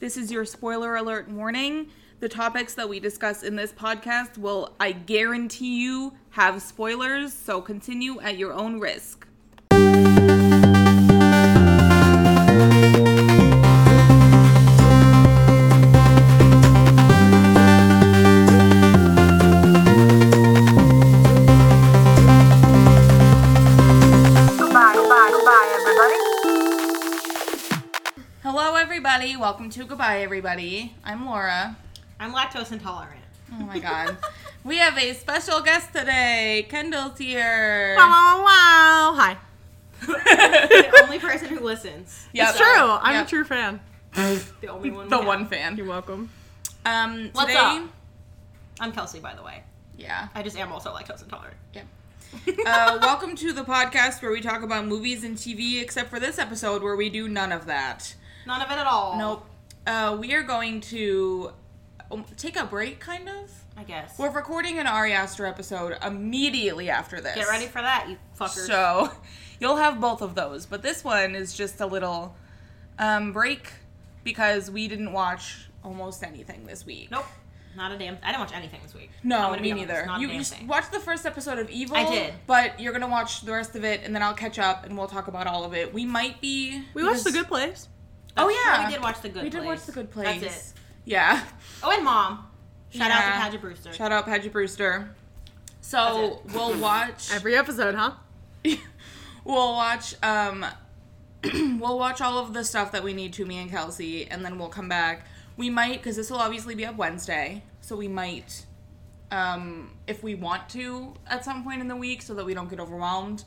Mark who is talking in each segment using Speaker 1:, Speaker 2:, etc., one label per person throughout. Speaker 1: This is your spoiler alert warning. The topics that we discuss in this podcast will, I guarantee you, have spoilers, so continue at your own risk.
Speaker 2: Goodbye, goodbye, goodbye, everybody.
Speaker 1: Hello, everybody. Welcome to Goodbye, everybody. I'm Laura.
Speaker 3: I'm lactose intolerant.
Speaker 1: Oh my god. we have a special guest today. Kendall's here.
Speaker 2: Wow, wow. Hi.
Speaker 3: The only person who listens.
Speaker 1: Yep.
Speaker 2: It's true. I'm
Speaker 1: Yep.
Speaker 2: a true fan.
Speaker 3: The only one. we
Speaker 1: The
Speaker 3: have.
Speaker 1: one fan.
Speaker 2: You're welcome.
Speaker 1: Um,
Speaker 3: What's
Speaker 1: today,
Speaker 3: up? I'm Kelsey, by the way.
Speaker 1: Yeah.
Speaker 3: I just am also lactose intolerant.
Speaker 1: Yep. Uh, welcome to the podcast where we talk about movies and TV, except for this episode where we do none of that.
Speaker 3: None of it at all.
Speaker 1: Nope. Uh, we are going to um, take a break, kind of.
Speaker 3: I guess.
Speaker 1: We're recording an Ari Aster episode immediately after this.
Speaker 3: Get ready for that, you fuckers.
Speaker 1: So you'll have both of those, but this one is just a little um, break because we didn't watch almost anything this week.
Speaker 3: nope. Not a damn. I didn't watch anything this week. I'm
Speaker 1: No,
Speaker 3: gonna
Speaker 1: me
Speaker 3: be honest,
Speaker 1: neither.
Speaker 3: Not
Speaker 1: You,
Speaker 3: a
Speaker 1: you
Speaker 3: damn
Speaker 1: s-
Speaker 3: thing.
Speaker 1: watched the first episode of Evil.
Speaker 3: I did.
Speaker 1: But you're going to watch the rest of it, and then I'll catch up, and we'll talk about all of it. We might be.
Speaker 2: We watched The
Speaker 1: because-
Speaker 2: Good Place.
Speaker 1: Oh,
Speaker 3: That's
Speaker 1: yeah.
Speaker 3: true, We did watch the good.
Speaker 1: We did
Speaker 3: place.
Speaker 1: watch The Good Place.
Speaker 3: That's it.
Speaker 1: Yeah.
Speaker 3: Oh, and mom. Shout
Speaker 1: Yeah.
Speaker 3: out to Padgett Brewster.
Speaker 1: Shout out Padgett Brewster. So we'll watch.
Speaker 2: Every episode, huh?
Speaker 1: we'll watch. Um, we'll watch all of the stuff that we need to me and Kelsey, and then we'll come back. We might because this will obviously be up Wednesday, so we might, um, if we want to, at some point in the week, so that we don't get overwhelmed,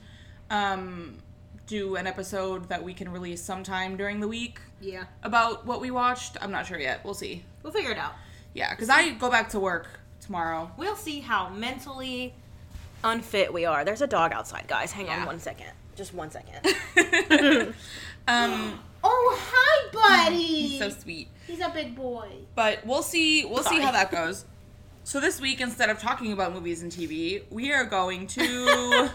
Speaker 1: um, do an episode that we can release sometime during the week
Speaker 3: yeah.
Speaker 1: about what we watched. I'm not sure yet. We'll see.
Speaker 3: We'll figure it out.
Speaker 1: Yeah, because I go back to work tomorrow.
Speaker 3: We'll see how mentally unfit we are. There's a dog outside, guys. Hang
Speaker 1: Yeah.
Speaker 3: on one second. Just one second.
Speaker 1: um,
Speaker 4: Oh, hi, buddy.
Speaker 1: so sweet.
Speaker 4: He's a big boy.
Speaker 1: But we'll see. We'll see
Speaker 3: Sorry.
Speaker 1: how that goes. So this week, instead of talking about movies and TV, we are going to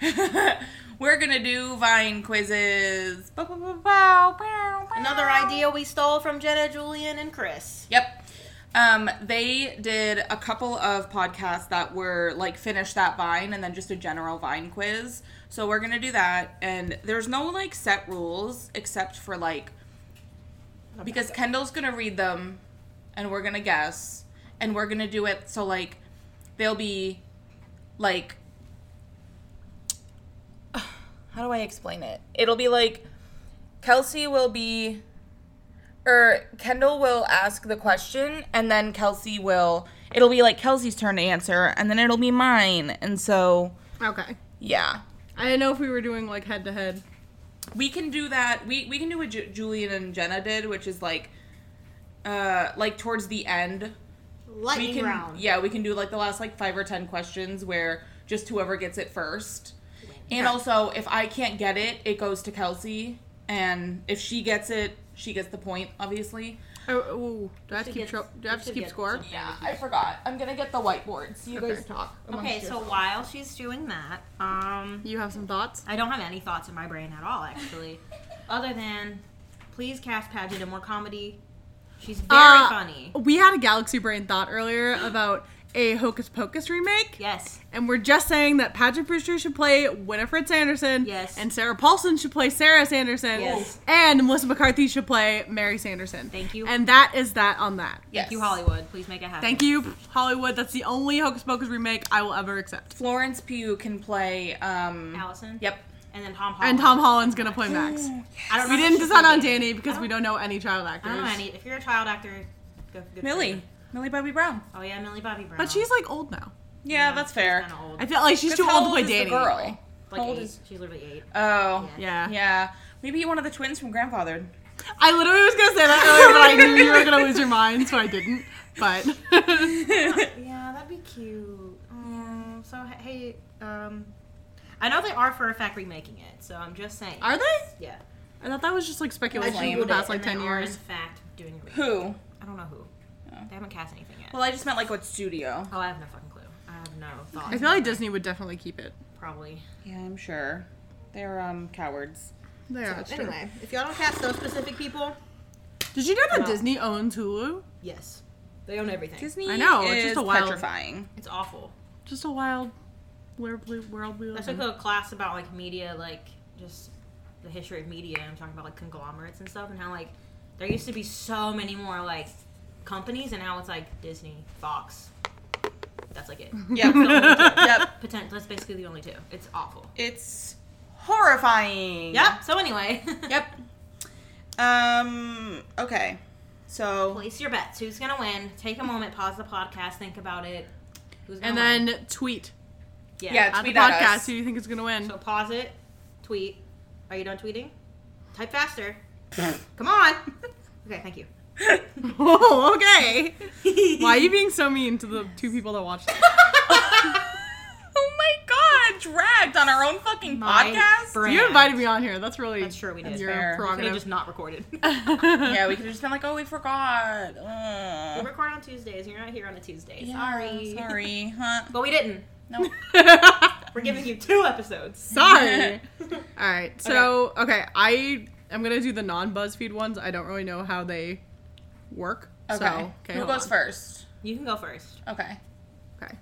Speaker 1: we're gonna do Vine quizzes. Bow, bow, bow, bow, bow, bow.
Speaker 3: Another idea we stole from Jenna, Julian, and Chris.
Speaker 1: Yep. Um, they did a couple of podcasts that were like finish that vine and then just a general vine quiz. So we're gonna do that, and there's no like set rules except for like because Kendall's gonna read them, and we're gonna guess, and we're gonna do it so like they'll be like how do I explain it? It'll be like Kelsey will be or Kendall will ask the question and then Kelsey will it'll be like Kelsey's turn to answer and then it'll be mine. And so
Speaker 2: Okay.
Speaker 1: yeah.
Speaker 2: I didn't know if we were doing like head to head.
Speaker 1: We can do that. We we can do what Ju- Julian and Jenna did, which is like uh like towards the end.
Speaker 4: Lightning
Speaker 1: We can
Speaker 4: round.
Speaker 1: yeah, we can do like the last like 5 or 10 questions where just whoever gets it first. And also if I can't get it, it goes to Kelsey and if she gets it, she gets the point obviously.
Speaker 2: Oh, ooh, do I have to
Speaker 3: should
Speaker 2: keep
Speaker 3: get-
Speaker 2: tro- do I have
Speaker 3: we
Speaker 2: to
Speaker 3: should
Speaker 2: keep
Speaker 3: get
Speaker 2: score?
Speaker 3: some.
Speaker 1: Yeah, I forgot. I'm gonna get the whiteboard so you guys talk.
Speaker 3: Okay,
Speaker 1: amongst
Speaker 3: so while she's doing that, um,
Speaker 2: You have some thoughts?
Speaker 3: I don't have any thoughts in my brain at all, actually, other than please cast Paget in more comedy. She's very
Speaker 2: Uh,
Speaker 3: funny.
Speaker 2: We had a Galaxy Brain thought earlier about a Hocus Pocus remake.
Speaker 3: Yes,
Speaker 2: And we're just saying that Pageant Brewster should play Winifred Sanderson.
Speaker 3: Yes.
Speaker 2: And Sarah Paulson should play Sarah Sanderson.
Speaker 3: Yes.
Speaker 2: And Melissa McCarthy should play Mary Sanderson.
Speaker 3: Thank you.
Speaker 2: And that is that on that.
Speaker 1: Yes.
Speaker 3: thank you Hollywood. Please make it happen.
Speaker 2: Thank you, Hollywood. That's the only Hocus Pocus remake I will ever accept.
Speaker 1: Florence Pugh can play. um
Speaker 3: Allison.
Speaker 1: Yep.
Speaker 3: and then Tom. Holland.
Speaker 2: And Tom Holland's gonna play Max.
Speaker 3: Oh. I don't know
Speaker 2: We
Speaker 3: if
Speaker 2: didn't
Speaker 3: she's
Speaker 2: decide
Speaker 3: gonna
Speaker 2: on
Speaker 3: be-
Speaker 2: Danny because we
Speaker 3: I
Speaker 2: don't know any child actors.
Speaker 3: I don't know any. If you're a child actor, go, good for you.
Speaker 1: Millie. Millie Bobby Brown.
Speaker 3: Oh yeah, Millie Bobby Brown.
Speaker 2: But she's like old now.
Speaker 1: Yeah, that's fair.
Speaker 3: Kind of old.
Speaker 2: I feel like she's
Speaker 1: 'Cause
Speaker 2: too
Speaker 1: how
Speaker 2: old to play
Speaker 1: is the
Speaker 2: Danny.
Speaker 1: girl?
Speaker 2: anyway.
Speaker 3: Like
Speaker 1: How old
Speaker 3: eight.
Speaker 1: is-
Speaker 3: she's literally eight.
Speaker 1: Oh. Yeah.
Speaker 2: Yeah.
Speaker 1: Maybe one of the twins from Grandfathered.
Speaker 2: I literally was gonna say that earlier, but I knew you were gonna lose your mind, so I didn't. But
Speaker 3: Yeah, that'd be cute. Um, so h- hey, um, I know they are for a fact remaking it, so I'm just saying.
Speaker 2: are they?
Speaker 3: yeah,
Speaker 2: I thought that was just like speculation
Speaker 1: I
Speaker 2: over the
Speaker 1: googled
Speaker 3: And
Speaker 2: past like
Speaker 3: they
Speaker 2: ten
Speaker 3: are,
Speaker 2: years.
Speaker 3: in fact, doing a remake.
Speaker 1: Who?
Speaker 3: I don't know who. They haven't cast anything yet.
Speaker 1: Well, I just meant like what studio.
Speaker 3: oh, I have no fucking clue. I have no
Speaker 2: I
Speaker 3: thoughts.
Speaker 2: feel like Disney would definitely keep it.
Speaker 3: Probably.
Speaker 1: Yeah, I'm sure. They're um cowards.
Speaker 2: They are. It's true.
Speaker 3: if y'all don't cast those specific people,
Speaker 2: Did you know that
Speaker 3: Wow.
Speaker 2: Disney owns Hulu?
Speaker 3: Yes, they own everything.
Speaker 1: Disney
Speaker 2: I know,
Speaker 1: is
Speaker 2: it's just a wild-
Speaker 1: petrifying.
Speaker 3: It's awful.
Speaker 2: Just a wild world we world we
Speaker 3: I
Speaker 2: live
Speaker 3: took
Speaker 2: in.
Speaker 3: a class about like media, like just the history of media. and I'm talking about like conglomerates and stuff, and how like there used to be so many more like companies, and now it's like Disney, Fox. That's like it.
Speaker 1: Yep. yep.
Speaker 3: Potent. That's basically the only two. It's awful.
Speaker 1: It's horrifying.
Speaker 3: Yep. So anyway.
Speaker 1: Yep. Um. Okay. So
Speaker 3: Place your bets. Who's gonna win? Take a moment. Pause the podcast. Think about it. Who's gonna
Speaker 2: And
Speaker 3: win?
Speaker 2: then tweet
Speaker 3: yeah.
Speaker 1: yeah,
Speaker 2: at the
Speaker 1: Tweet at
Speaker 2: podcast
Speaker 1: us.
Speaker 2: who you think is gonna win.
Speaker 3: So pause it. Tweet. Are you done tweeting? Type faster. Come on. Okay. Thank you.
Speaker 2: oh, okay. Why are you being so mean to the two people that watched? it?
Speaker 1: oh my god, dragged on our own fucking
Speaker 3: My
Speaker 1: podcast.
Speaker 3: brain-
Speaker 2: You invited me on here. That's really
Speaker 3: That's true, we
Speaker 2: that's
Speaker 3: did.
Speaker 2: Your
Speaker 1: Fair.
Speaker 3: Could have
Speaker 2: prerogative.
Speaker 3: just not recorded.
Speaker 1: yeah, we could have just been like, oh, we forgot.
Speaker 3: we
Speaker 1: Ugh.
Speaker 3: record on Tuesdays. You're not here on a Tuesday.
Speaker 1: Yeah,
Speaker 3: sorry.
Speaker 1: Sorry, huh?
Speaker 3: But we didn't.
Speaker 1: No.
Speaker 3: We're giving you two episodes.
Speaker 2: Sorry. All right. So okay, I am gonna do the non BuzzFeed ones. I don't really know how they work.
Speaker 1: Okay.
Speaker 2: So, okay
Speaker 1: Who
Speaker 2: hold
Speaker 1: goes
Speaker 2: on.
Speaker 1: first?
Speaker 3: You can go first.
Speaker 1: Okay.
Speaker 2: Okay.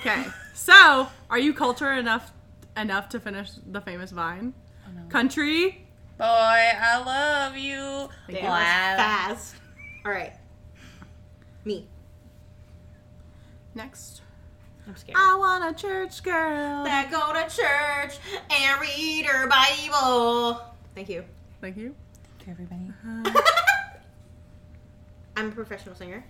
Speaker 2: Okay. so, are you cultured enough enough to finish the famous Vine?
Speaker 3: Oh,
Speaker 2: Country.
Speaker 1: Boy, I love you.
Speaker 3: Damn,
Speaker 1: Wow.
Speaker 3: that was Fast. All right. Me.
Speaker 2: Next.
Speaker 3: I'm scared.
Speaker 2: I want a church girl.
Speaker 3: that go to church and read her Bible. Thank you.
Speaker 2: Thank you.
Speaker 1: To everybody.
Speaker 3: I'm a professional singer.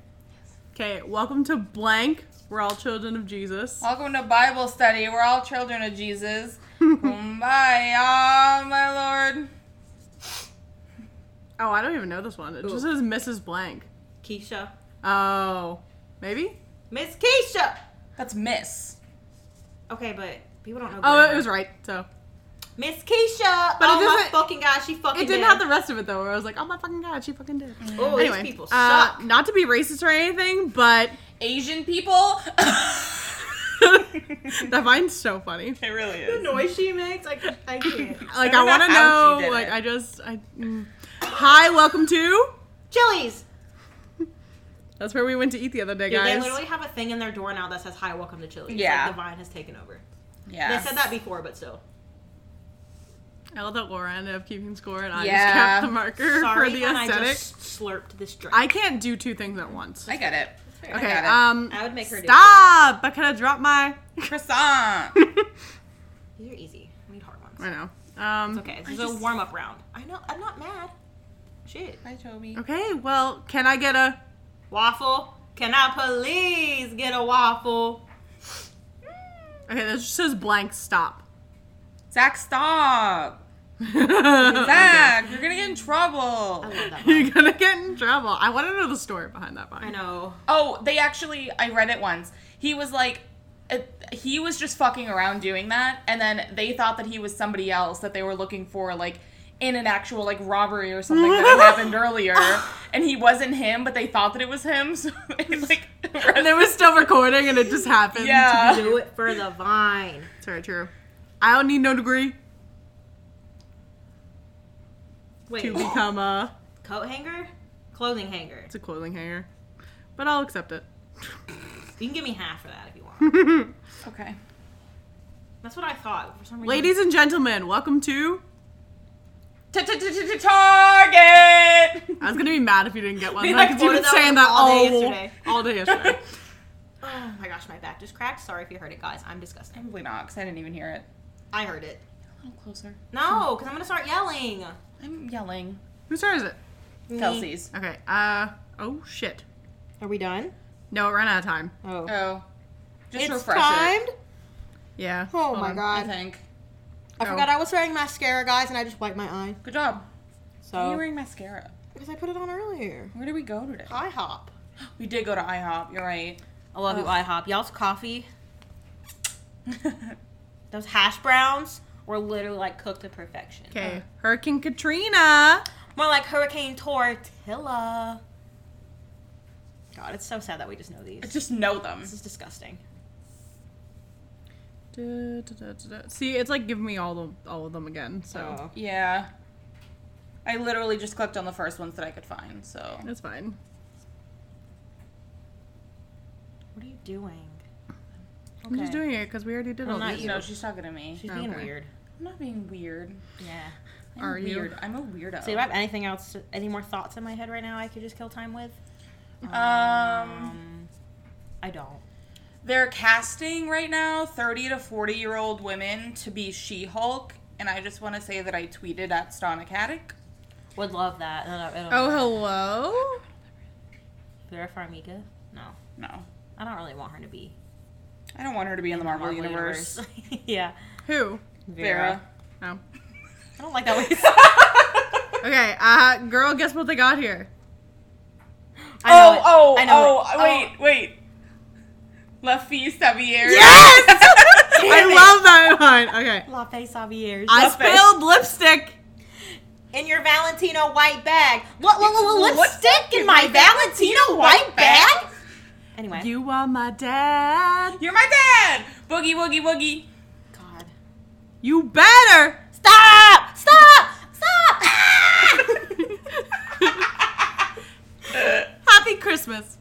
Speaker 2: Okay. Welcome to blank. We're all children of Jesus.
Speaker 1: Welcome to Bible study. We're all children of Jesus. Kumbaya, my Lord.
Speaker 2: Oh, I don't even know this one. It just says Mrs. Blank.
Speaker 3: Keisha.
Speaker 2: Oh, maybe.
Speaker 3: Miss Keisha.
Speaker 1: That's Miss.
Speaker 3: Okay, but people don't know.
Speaker 2: Oh,
Speaker 3: grammar.
Speaker 2: it was right. So
Speaker 3: Miss Keisha.
Speaker 2: But it
Speaker 3: oh my
Speaker 2: doesn't-
Speaker 3: fucking god, she fucking.
Speaker 2: it didn't
Speaker 3: did.
Speaker 2: have the rest of it though. Where I was like, oh my fucking god, she fucking did.
Speaker 3: Oh,
Speaker 2: Anyway,
Speaker 3: these people
Speaker 2: uh,
Speaker 3: suck.
Speaker 2: not to be racist or anything, but
Speaker 1: Asian people.
Speaker 2: that Vine's so funny.
Speaker 1: it really
Speaker 3: The noise she makes, I, can- I can't.
Speaker 2: Like
Speaker 1: I
Speaker 2: I,
Speaker 1: don't know
Speaker 2: want to
Speaker 1: how she
Speaker 2: know.
Speaker 1: did
Speaker 2: Like
Speaker 1: it.
Speaker 2: I just. I, mm. Hi, welcome to.
Speaker 3: Chili's.
Speaker 2: That's where we went to eat the other day,
Speaker 3: Dude,
Speaker 2: guys.
Speaker 3: they literally have a thing in their door now that says "Hi, welcome to Chili's."
Speaker 1: Yeah.
Speaker 3: like, the vine has taken over.
Speaker 1: Yeah.
Speaker 3: They said that before, but still.
Speaker 2: I love that Laura ended up keeping score, and I
Speaker 1: Yeah.
Speaker 2: just kept the marker
Speaker 3: Sorry,
Speaker 2: for the
Speaker 3: when
Speaker 2: aesthetic. I,
Speaker 3: I just slurped this drink.
Speaker 2: can't do two things at once.
Speaker 1: I get it. I
Speaker 2: okay.
Speaker 1: got it.
Speaker 2: Um.
Speaker 3: I would make her do
Speaker 2: Stop! I could have dropped my.
Speaker 1: Croissant.
Speaker 3: These are easy. I need hard ones.
Speaker 2: I know. Um.
Speaker 3: It's okay. This is
Speaker 1: I
Speaker 3: a
Speaker 1: just-
Speaker 3: warm up round. I know. I'm not mad. Shit.
Speaker 1: Hi, Toby.
Speaker 2: Okay. Well, can I get a?
Speaker 3: Waffle. Can I please get a waffle?
Speaker 2: Okay, that just says blank. Stop.
Speaker 1: Zach, stop. Oh,
Speaker 2: Zach,
Speaker 1: Zach, you're gonna get in trouble.
Speaker 3: I love that. Vine.
Speaker 2: you're gonna get in trouble. I want to know the story behind that
Speaker 3: I
Speaker 2: vine.
Speaker 3: know.
Speaker 1: Oh, they actually, I read it once. He was like, it, he was just fucking around doing that, and then they thought that he was somebody else that they were looking for, like in an actual like robbery or something that had happened earlier, and he wasn't him, but they thought that it was him. So it, like,
Speaker 2: And it was still recording, and it just happened.
Speaker 1: Yeah.
Speaker 3: Do it for the vine.
Speaker 2: it's very true. I don't need no degree
Speaker 3: Wait.
Speaker 2: to become a.
Speaker 3: Coat hanger? Clothing hanger.
Speaker 2: It's a clothing hanger, but I'll accept it.
Speaker 3: You can give me half for that if you want.
Speaker 1: okay.
Speaker 3: That's what I thought. For some reason.
Speaker 2: Ladies and gentlemen, welcome to.
Speaker 1: Target.
Speaker 2: I was gonna be mad if you didn't get one.
Speaker 3: We,
Speaker 2: Like,
Speaker 3: like,
Speaker 2: you were
Speaker 3: ordered that one
Speaker 2: saying that
Speaker 3: all
Speaker 2: all
Speaker 3: day
Speaker 2: day
Speaker 3: yesterday.
Speaker 2: All day yesterday.
Speaker 3: Oh my gosh, my back just cracked. Sorry if you heard it, guys. I'm disgusting.
Speaker 1: Probably not, because I didn't even hear it.
Speaker 3: I heard it.
Speaker 1: A little closer.
Speaker 3: No, because I'm gonna start yelling.
Speaker 1: I'm yelling.
Speaker 2: Whose turn is it?
Speaker 3: Mm.
Speaker 1: Kelsey's.
Speaker 2: Okay. Uh. Oh shit.
Speaker 3: Are we done?
Speaker 2: No, it ran out of time.
Speaker 3: Oh.
Speaker 1: Oh. Just
Speaker 3: it's
Speaker 1: refresh
Speaker 3: timed.
Speaker 1: it.
Speaker 2: Yeah.
Speaker 3: Oh
Speaker 2: hold
Speaker 3: my
Speaker 2: on.
Speaker 1: I
Speaker 3: god.
Speaker 1: think.
Speaker 3: I forgot I was wearing mascara, guys, and I just wiped my eye.
Speaker 1: Good job. Why are you
Speaker 3: So
Speaker 1: wearing mascara?
Speaker 3: because I put it on earlier.
Speaker 1: Where did we go today?
Speaker 3: IHOP.
Speaker 1: We did go to IHOP. You're right.
Speaker 3: I love you, IHOP. Y'all's coffee,
Speaker 1: That's
Speaker 3: those hash browns, were literally like cooked to perfection.
Speaker 2: Okay. Hurricane Katrina.
Speaker 3: More like Hurricane Tortilla. God, it's so sad that we just know these.
Speaker 1: just know them.
Speaker 3: This is disgusting.
Speaker 2: Da, da, da, da, da. See, it's like giving me all the all of them again. So
Speaker 1: Yeah. I literally just clicked on the first ones that I could find. So
Speaker 3: Oh.
Speaker 2: That's fine.
Speaker 3: What are you doing?
Speaker 2: I'm
Speaker 1: Okay.
Speaker 2: just doing it because we already did all
Speaker 3: not
Speaker 2: this.
Speaker 3: you.
Speaker 1: no, she's talking to me.
Speaker 3: She's
Speaker 2: Okay.
Speaker 3: being Oh, weird.
Speaker 1: I'm not being weird.
Speaker 3: Yeah.
Speaker 1: I'm
Speaker 2: Are you?
Speaker 1: weird. I'm a weirdo.
Speaker 3: So, do I have anything else, any more thoughts in my head right now I could just kill time with?
Speaker 1: um,
Speaker 3: I don't.
Speaker 1: they're casting right now 30 to 40 year old women to be She Hulk, and I just want to say that I tweeted at Stonic Haddock.
Speaker 3: Would love that. I don't, I don't
Speaker 2: Oh, hello?
Speaker 3: Vera Farmiga? No.
Speaker 1: No,
Speaker 3: I don't really want her to be
Speaker 1: I don't want her to be in the Marvel,
Speaker 3: Marvel
Speaker 1: universe.
Speaker 3: universe. yeah.
Speaker 2: Who?
Speaker 1: Vera.
Speaker 2: Oh.
Speaker 3: I don't like that way.
Speaker 2: Okay, uh, girl, guess what they got here?
Speaker 3: I know it.
Speaker 1: oh,
Speaker 3: I know it.
Speaker 1: oh, wait, wait. La Fille Savier.
Speaker 2: Yes! I love that one. Okay.
Speaker 3: Oh. La Fe Saviers.
Speaker 2: I
Speaker 1: Love it.
Speaker 2: spilled lipstick.
Speaker 3: in your Valentino white bag. What, what, what, what,
Speaker 1: What?
Speaker 3: lipstick in my Valentino white bag? Anyway.
Speaker 2: You are my dad.
Speaker 1: You're my dad! Boogie, woogie, woogie.
Speaker 3: God.
Speaker 2: You better.
Speaker 3: Stop! Stop! Stop! Ah!
Speaker 2: Happy Christmas.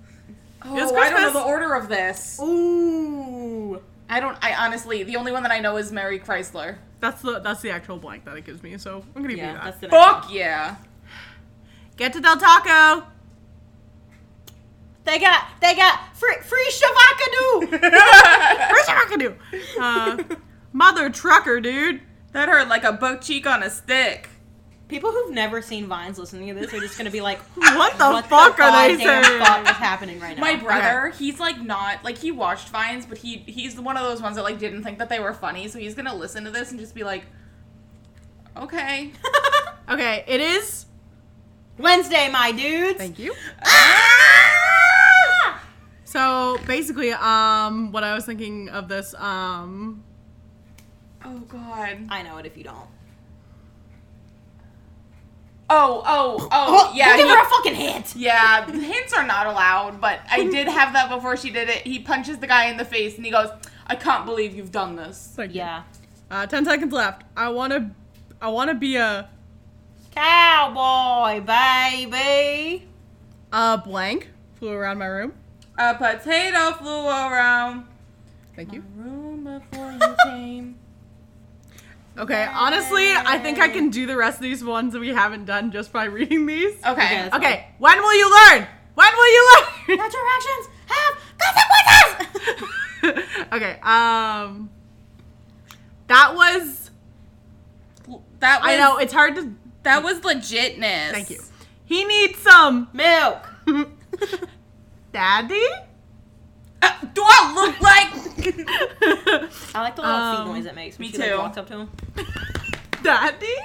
Speaker 1: Oh,
Speaker 2: It's
Speaker 1: I don't know
Speaker 2: Christmas.
Speaker 1: the order of this.
Speaker 3: Ooh.
Speaker 1: I don't, I honestly, the only one that I know is Mary Chrysler.
Speaker 2: That's the that's the actual blank that it gives me. So I'm gonna
Speaker 3: Yeah,
Speaker 2: do
Speaker 3: that's
Speaker 2: that.
Speaker 3: the
Speaker 1: Fuck yeah.
Speaker 2: Get to Del Taco.
Speaker 3: They got they got free free shavakadu.
Speaker 2: Where's your rockadoo? Uh, mother trucker, dude.
Speaker 1: That hurt like a buck cheek on a stick.
Speaker 3: People who've never seen vines listening to this are just gonna be like,
Speaker 2: What the
Speaker 3: what
Speaker 2: fuck
Speaker 3: the
Speaker 2: are they
Speaker 3: goddamn
Speaker 2: saying?
Speaker 3: fuck is happening right now?
Speaker 1: My brother, he's like not like he watched Vines, but he he's one of those ones that like didn't think that they were funny, so he's gonna listen to this and just be like, okay.
Speaker 2: Okay, it is.
Speaker 3: Wednesday, my dudes.
Speaker 2: Thank you.
Speaker 1: Ah!
Speaker 2: So basically, um, what I was thinking of this, um,
Speaker 1: Oh god.
Speaker 3: I know it if you don't.
Speaker 1: Oh oh oh yeah.
Speaker 3: give
Speaker 1: he-
Speaker 3: her a fucking hint.
Speaker 1: yeah, hints are not allowed, but I did have that before she did it. He punches the guy in the face and he goes, I can't believe you've done this.
Speaker 2: Thank you.
Speaker 3: Yeah.
Speaker 2: Uh, ten seconds left. I wanna, I wanna be a,
Speaker 3: Cowboy, baby.
Speaker 2: a blank. Flew around my room.
Speaker 1: A potato flew around
Speaker 2: Thank you.
Speaker 1: room before you came.
Speaker 2: Okay, honestly, I think I can do the rest of these ones that we haven't done just by reading these.
Speaker 1: Okay.
Speaker 3: Yes.
Speaker 2: Okay, when will you learn? When will you learn?
Speaker 3: Not your actions have consequences.
Speaker 2: okay, um, that was.
Speaker 1: That was
Speaker 2: I know it's hard to.
Speaker 1: that was legitness.
Speaker 2: Thank you. He needs some
Speaker 3: Milk.
Speaker 2: daddy.
Speaker 1: Uh, do I look like
Speaker 3: I like the little
Speaker 2: Um,
Speaker 3: feet noise it makes when
Speaker 1: me
Speaker 3: she like,
Speaker 1: too.
Speaker 3: walks up to him.
Speaker 2: daddy.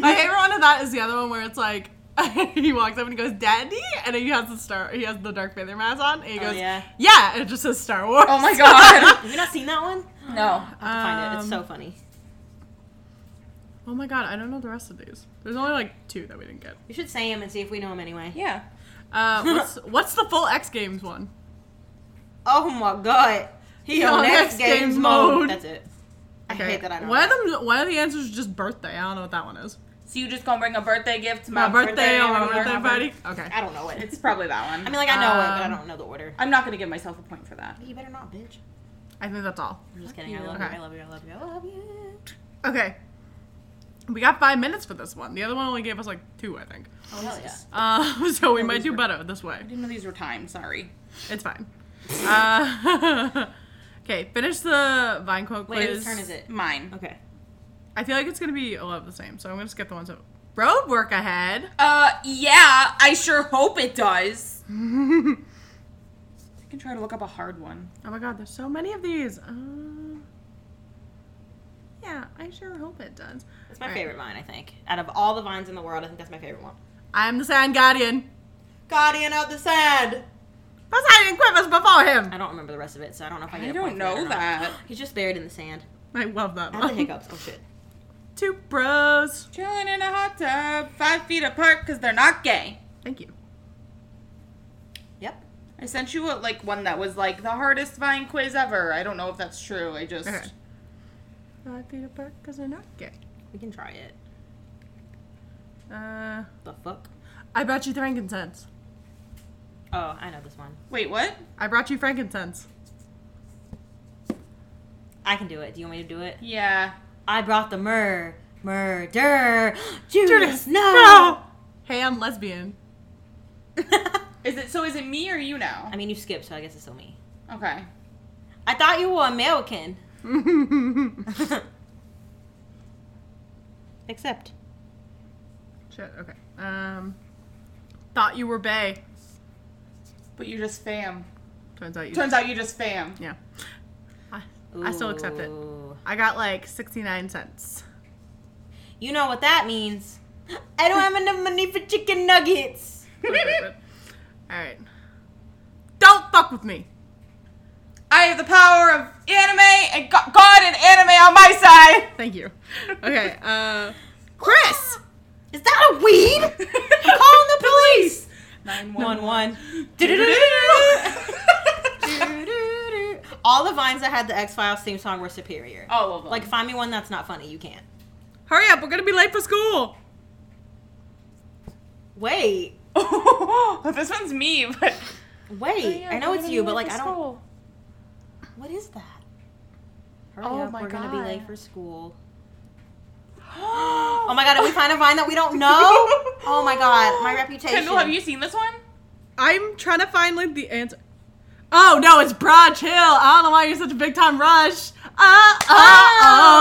Speaker 2: My favorite one of that is the other one where it's like he walks up and he goes daddy, and he has the star. He has the Darth Vader mask on, and he
Speaker 3: Oh,
Speaker 2: goes
Speaker 3: yeah.
Speaker 2: yeah, and it just says Star Wars.
Speaker 1: Oh my god.
Speaker 3: Have you not seen that one?
Speaker 1: No.
Speaker 3: I have to find it. It's so
Speaker 2: Um,
Speaker 3: funny.
Speaker 2: Oh my god, I don't know the rest of these. There's only like two that we didn't get.
Speaker 3: You should say him and see if we know him anyway.
Speaker 1: Yeah.
Speaker 2: Uh, what's what's the full X Games one?
Speaker 3: Oh my god. He,
Speaker 2: He
Speaker 3: on,
Speaker 2: on
Speaker 3: X
Speaker 2: X
Speaker 3: Games,
Speaker 2: Games
Speaker 3: mode.
Speaker 2: mode.
Speaker 3: That's it. I hate that I don't
Speaker 2: One
Speaker 3: know.
Speaker 2: of them. One of the answers is just birthday. I don't know what that one is.
Speaker 1: So you just gonna bring a birthday gift to my,
Speaker 2: My, birthday or my
Speaker 1: and
Speaker 2: birthday
Speaker 1: whatever.
Speaker 2: party. Okay.
Speaker 3: I don't know it.
Speaker 1: It's probably that one.
Speaker 3: I mean, like, I know it, but I
Speaker 2: Um,
Speaker 3: don't know the order.
Speaker 1: I'm not gonna give myself a point for that.
Speaker 3: You better not, bitch.
Speaker 2: I think that's all.
Speaker 3: I'm just kidding. I love
Speaker 2: Okay.
Speaker 3: you. I love you. I love you. I love you.
Speaker 2: Okay. We got five minutes for this one. The other one only gave us like two, I think.
Speaker 3: Oh, hell yeah.
Speaker 2: Uh, so we might
Speaker 1: these
Speaker 2: do
Speaker 1: were-
Speaker 2: better this way.
Speaker 1: I didn't know these were timed. Sorry.
Speaker 2: It's fine. Uh, okay, finish the Vine quote
Speaker 3: Wait,
Speaker 2: quiz.
Speaker 3: whose turn is it?
Speaker 1: Mine.
Speaker 3: Okay.
Speaker 2: I feel like it's gonna be a lot of the same, so I'm gonna skip the ones that road work ahead.
Speaker 1: Uh, yeah. I sure hope it does.
Speaker 2: oh
Speaker 1: I can try to look up a hard one.
Speaker 2: my god, there's so many of these. Uh, yeah, I sure hope it does.
Speaker 3: It's my
Speaker 2: All right.
Speaker 3: favorite vine, I think. Out of all the vines in the world, I think that's my favorite one.
Speaker 2: I'm the sand guardian.
Speaker 3: Guardian of the Sand.
Speaker 2: Poseidon quivers before him.
Speaker 3: I don't remember the rest of it, so I don't know if I
Speaker 1: I
Speaker 3: get a
Speaker 1: don't
Speaker 3: point for it or
Speaker 1: know
Speaker 3: not.
Speaker 1: that.
Speaker 3: He's just buried in the sand.
Speaker 2: I love that
Speaker 3: I had the
Speaker 2: one.
Speaker 3: hiccups. Oh shit.
Speaker 2: Two bros.
Speaker 1: Chilling in a hot tub, five feet apart, because they're not gay.
Speaker 2: Thank you.
Speaker 3: Yep.
Speaker 1: I sent you a, like one that was like the hardest Vine quiz ever. I don't know if that's true. I just
Speaker 2: Okay. Five feet apart because they're not gay.
Speaker 3: We can try it.
Speaker 2: Uh,
Speaker 3: The fuck?
Speaker 2: I brought you frankincense.
Speaker 3: Oh, I know this one.
Speaker 1: Wait, what?
Speaker 2: I brought you frankincense.
Speaker 3: I can do it. Do you want me to do it?
Speaker 1: Yeah.
Speaker 3: I brought the mur murder. Judas,
Speaker 2: Judas,
Speaker 3: no.
Speaker 2: Hey, I'm lesbian.
Speaker 1: Is it so? Is it me or you now?
Speaker 3: I mean, you skipped, so I guess it's still me.
Speaker 1: Okay.
Speaker 3: I thought you were American. Except.
Speaker 2: Shit. Okay. Um, thought you were Bay.
Speaker 1: But you just fam.
Speaker 2: Turns out you.
Speaker 1: Turns out you just fam.
Speaker 2: yeah. I, I still accept it.
Speaker 3: Ooh.
Speaker 2: I got like 69 cents.
Speaker 3: You know what that means. I don't have enough money for chicken nuggets.
Speaker 2: All right. Don't fuck with me.
Speaker 1: I have the power of anime and go- God and anime on my side.
Speaker 2: Thank you. Okay. Uh, Chris.
Speaker 3: Is that a weed? I'm calling the police.
Speaker 1: Nine
Speaker 3: One
Speaker 1: one.
Speaker 3: one. All the vines that had the X Files theme song were superior.
Speaker 1: All of them.
Speaker 3: Like, find me one that's not funny. You can't.
Speaker 2: Hurry up. We're gonna be late for school.
Speaker 3: Wait,
Speaker 1: this one's me, but
Speaker 3: wait. I know it's you, but like, I don't. What is that? Hurry
Speaker 1: Oh
Speaker 3: up,
Speaker 1: my
Speaker 3: we're gonna be late
Speaker 1: God.
Speaker 3: for school.
Speaker 1: oh
Speaker 3: Oh my god, did we find a vine that we don't know? oh my god, my reputation.
Speaker 1: Kendall, have you seen this one?
Speaker 2: I'm trying to find like the answer. Oh no, it's Broad Hill. I don't know why you're such a big time rush. Uh
Speaker 3: Oh,
Speaker 2: oh,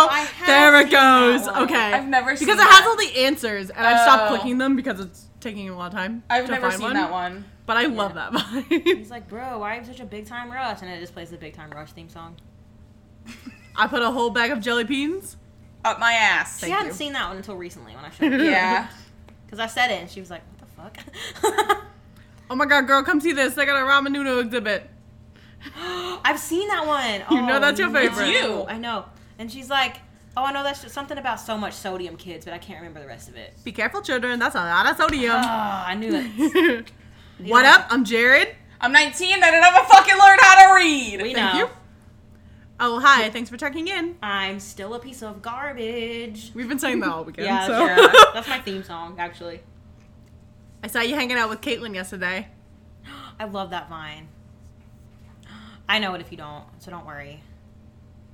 Speaker 3: I
Speaker 2: oh.
Speaker 3: have
Speaker 2: there it
Speaker 3: seen that
Speaker 2: goes.
Speaker 3: one.
Speaker 2: Okay,
Speaker 1: I've never seen
Speaker 2: because it has
Speaker 1: that.
Speaker 2: all the answers, and I've stopped
Speaker 1: Oh.
Speaker 2: clicking them because it's taking a lot of time.
Speaker 1: I've
Speaker 2: to
Speaker 1: never
Speaker 2: find
Speaker 1: seen that one.
Speaker 2: But I love that vibe.
Speaker 3: He's like, bro, why are you such a big time rush? And it just plays the big time rush theme song.
Speaker 2: I put a whole bag of jelly beans.
Speaker 1: Up my ass.
Speaker 3: She
Speaker 2: Thank
Speaker 3: hadn't
Speaker 2: you.
Speaker 3: seen that one until recently when I showed her.
Speaker 1: yeah.
Speaker 3: Because I said it and she was like, what the fuck?
Speaker 2: Oh my god, girl, come see this. They got a ramen noodle exhibit.
Speaker 3: I've seen that one.
Speaker 2: You know
Speaker 3: Oh,
Speaker 2: that's your
Speaker 3: no.
Speaker 2: favorite.
Speaker 1: It's you.
Speaker 3: I know. And she's like, oh, I know that's just something about so much sodium, kids, but I can't remember the rest of it.
Speaker 2: Be careful, children. That's a lot of sodium.
Speaker 1: Uh,
Speaker 3: Ah, I knew it.
Speaker 2: what up? I'm Jared.
Speaker 1: I'm 19 and I never fucking learned how to read.
Speaker 3: We
Speaker 2: Thank
Speaker 3: know.
Speaker 2: you. Oh hi, thanks for checking in.
Speaker 3: I'm still a piece of garbage.
Speaker 2: We've been saying that all weekend.
Speaker 3: Yeah,
Speaker 2: so.
Speaker 3: sure. That's my theme song, actually.
Speaker 2: I saw you hanging out with Caitlin yesterday.
Speaker 3: I love that vine. I know it if you don't, so don't worry.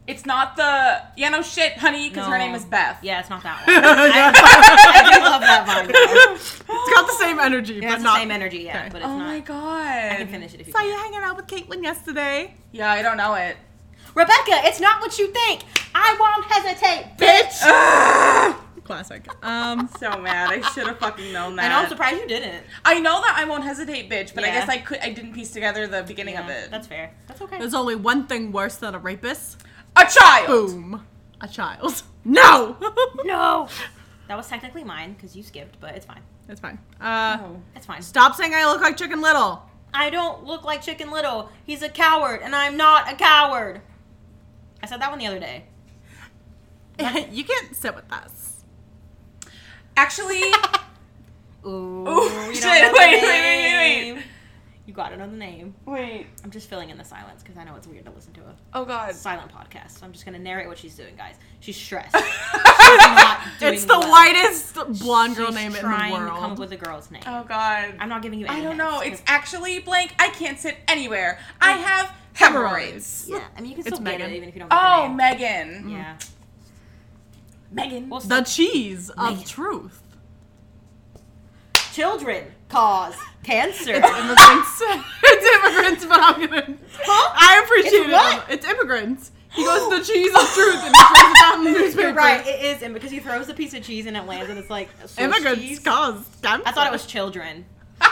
Speaker 1: It's not the yeah no shit, honey, because her
Speaker 3: No.
Speaker 1: name is Beth.
Speaker 3: Yeah, it's not that one.
Speaker 2: it's
Speaker 3: I do love that vine. Though.
Speaker 2: got the same energy,
Speaker 3: It
Speaker 2: but
Speaker 3: has the
Speaker 2: not.
Speaker 3: same energy, yeah,
Speaker 2: Okay.
Speaker 3: but it's
Speaker 1: Oh
Speaker 3: not.
Speaker 1: my god.
Speaker 3: I can finish it if you
Speaker 2: Saw you
Speaker 3: can.
Speaker 2: hanging out with Caitlin yesterday.
Speaker 1: Yeah, I don't know it.
Speaker 3: Rebecca, it's not what you think. I won't hesitate, bitch.
Speaker 2: Classic. Um,
Speaker 1: so mad. I should have fucking known
Speaker 3: I
Speaker 1: that.
Speaker 3: know. I'm surprised you didn't.
Speaker 1: I know that I won't hesitate, bitch. But I
Speaker 3: Yeah.
Speaker 1: guess I could. I didn't piece together the beginning of
Speaker 3: Yeah,
Speaker 1: it.
Speaker 3: That's fair. That's okay.
Speaker 2: there's only one thing worse than a rapist.
Speaker 1: a child.
Speaker 2: Boom. A child. No.
Speaker 3: no, that was technically mine because you skipped, but it's fine.
Speaker 2: That's fine. Uh,
Speaker 1: Oh.
Speaker 3: It's fine.
Speaker 2: stop saying I look like Chicken Little.
Speaker 3: I don't look like Chicken Little. He's a coward, and I'm not a coward. I said that one the other day.
Speaker 2: you can't sit with us.
Speaker 1: Actually,
Speaker 3: Ooh,
Speaker 1: Ooh,
Speaker 3: you
Speaker 1: shit,
Speaker 3: don't know the
Speaker 1: wait, wait, wait, wait,
Speaker 3: name. You gotta know the name.
Speaker 1: wait.
Speaker 3: I'm just filling in the silence because I know it's weird to listen to a
Speaker 1: Oh god.
Speaker 3: silent podcast. So I'm just gonna narrate what she's doing, guys. She's stressed. She's not doing
Speaker 2: It's the
Speaker 3: well.
Speaker 2: whitest blonde girl
Speaker 3: She's
Speaker 2: name in
Speaker 3: trying
Speaker 2: the world.
Speaker 3: To come up with a girl's name.
Speaker 1: Oh god.
Speaker 3: I'm not giving you. Any
Speaker 1: I don't
Speaker 3: hints,
Speaker 1: know. It's
Speaker 3: 'cause-
Speaker 1: actually blank. I can't sit anywhere. I have hemorrhoids.
Speaker 3: yeah. I mean, you can
Speaker 2: It's
Speaker 3: still get
Speaker 2: Megan.
Speaker 3: it even if you don't. Get
Speaker 1: Oh,
Speaker 3: the name.
Speaker 1: Megan.
Speaker 3: yeah.
Speaker 1: Megan.
Speaker 3: Well,
Speaker 2: the cheese of
Speaker 3: Megan.
Speaker 2: truth.
Speaker 3: children cause cancer.
Speaker 2: It's immigrants. it's immigrants, but I'm gonna.
Speaker 3: Huh?
Speaker 2: I appreciate
Speaker 3: It's
Speaker 2: it.
Speaker 3: what?
Speaker 2: It's immigrants. He goes the cheese of truth and he throws it out in the newspaper.
Speaker 3: You're right. It is, and because he throws a piece of cheese and it lands, and it's like Swiss
Speaker 2: Immigrants
Speaker 3: cheese.
Speaker 2: cause cancer.
Speaker 3: I thought it was children.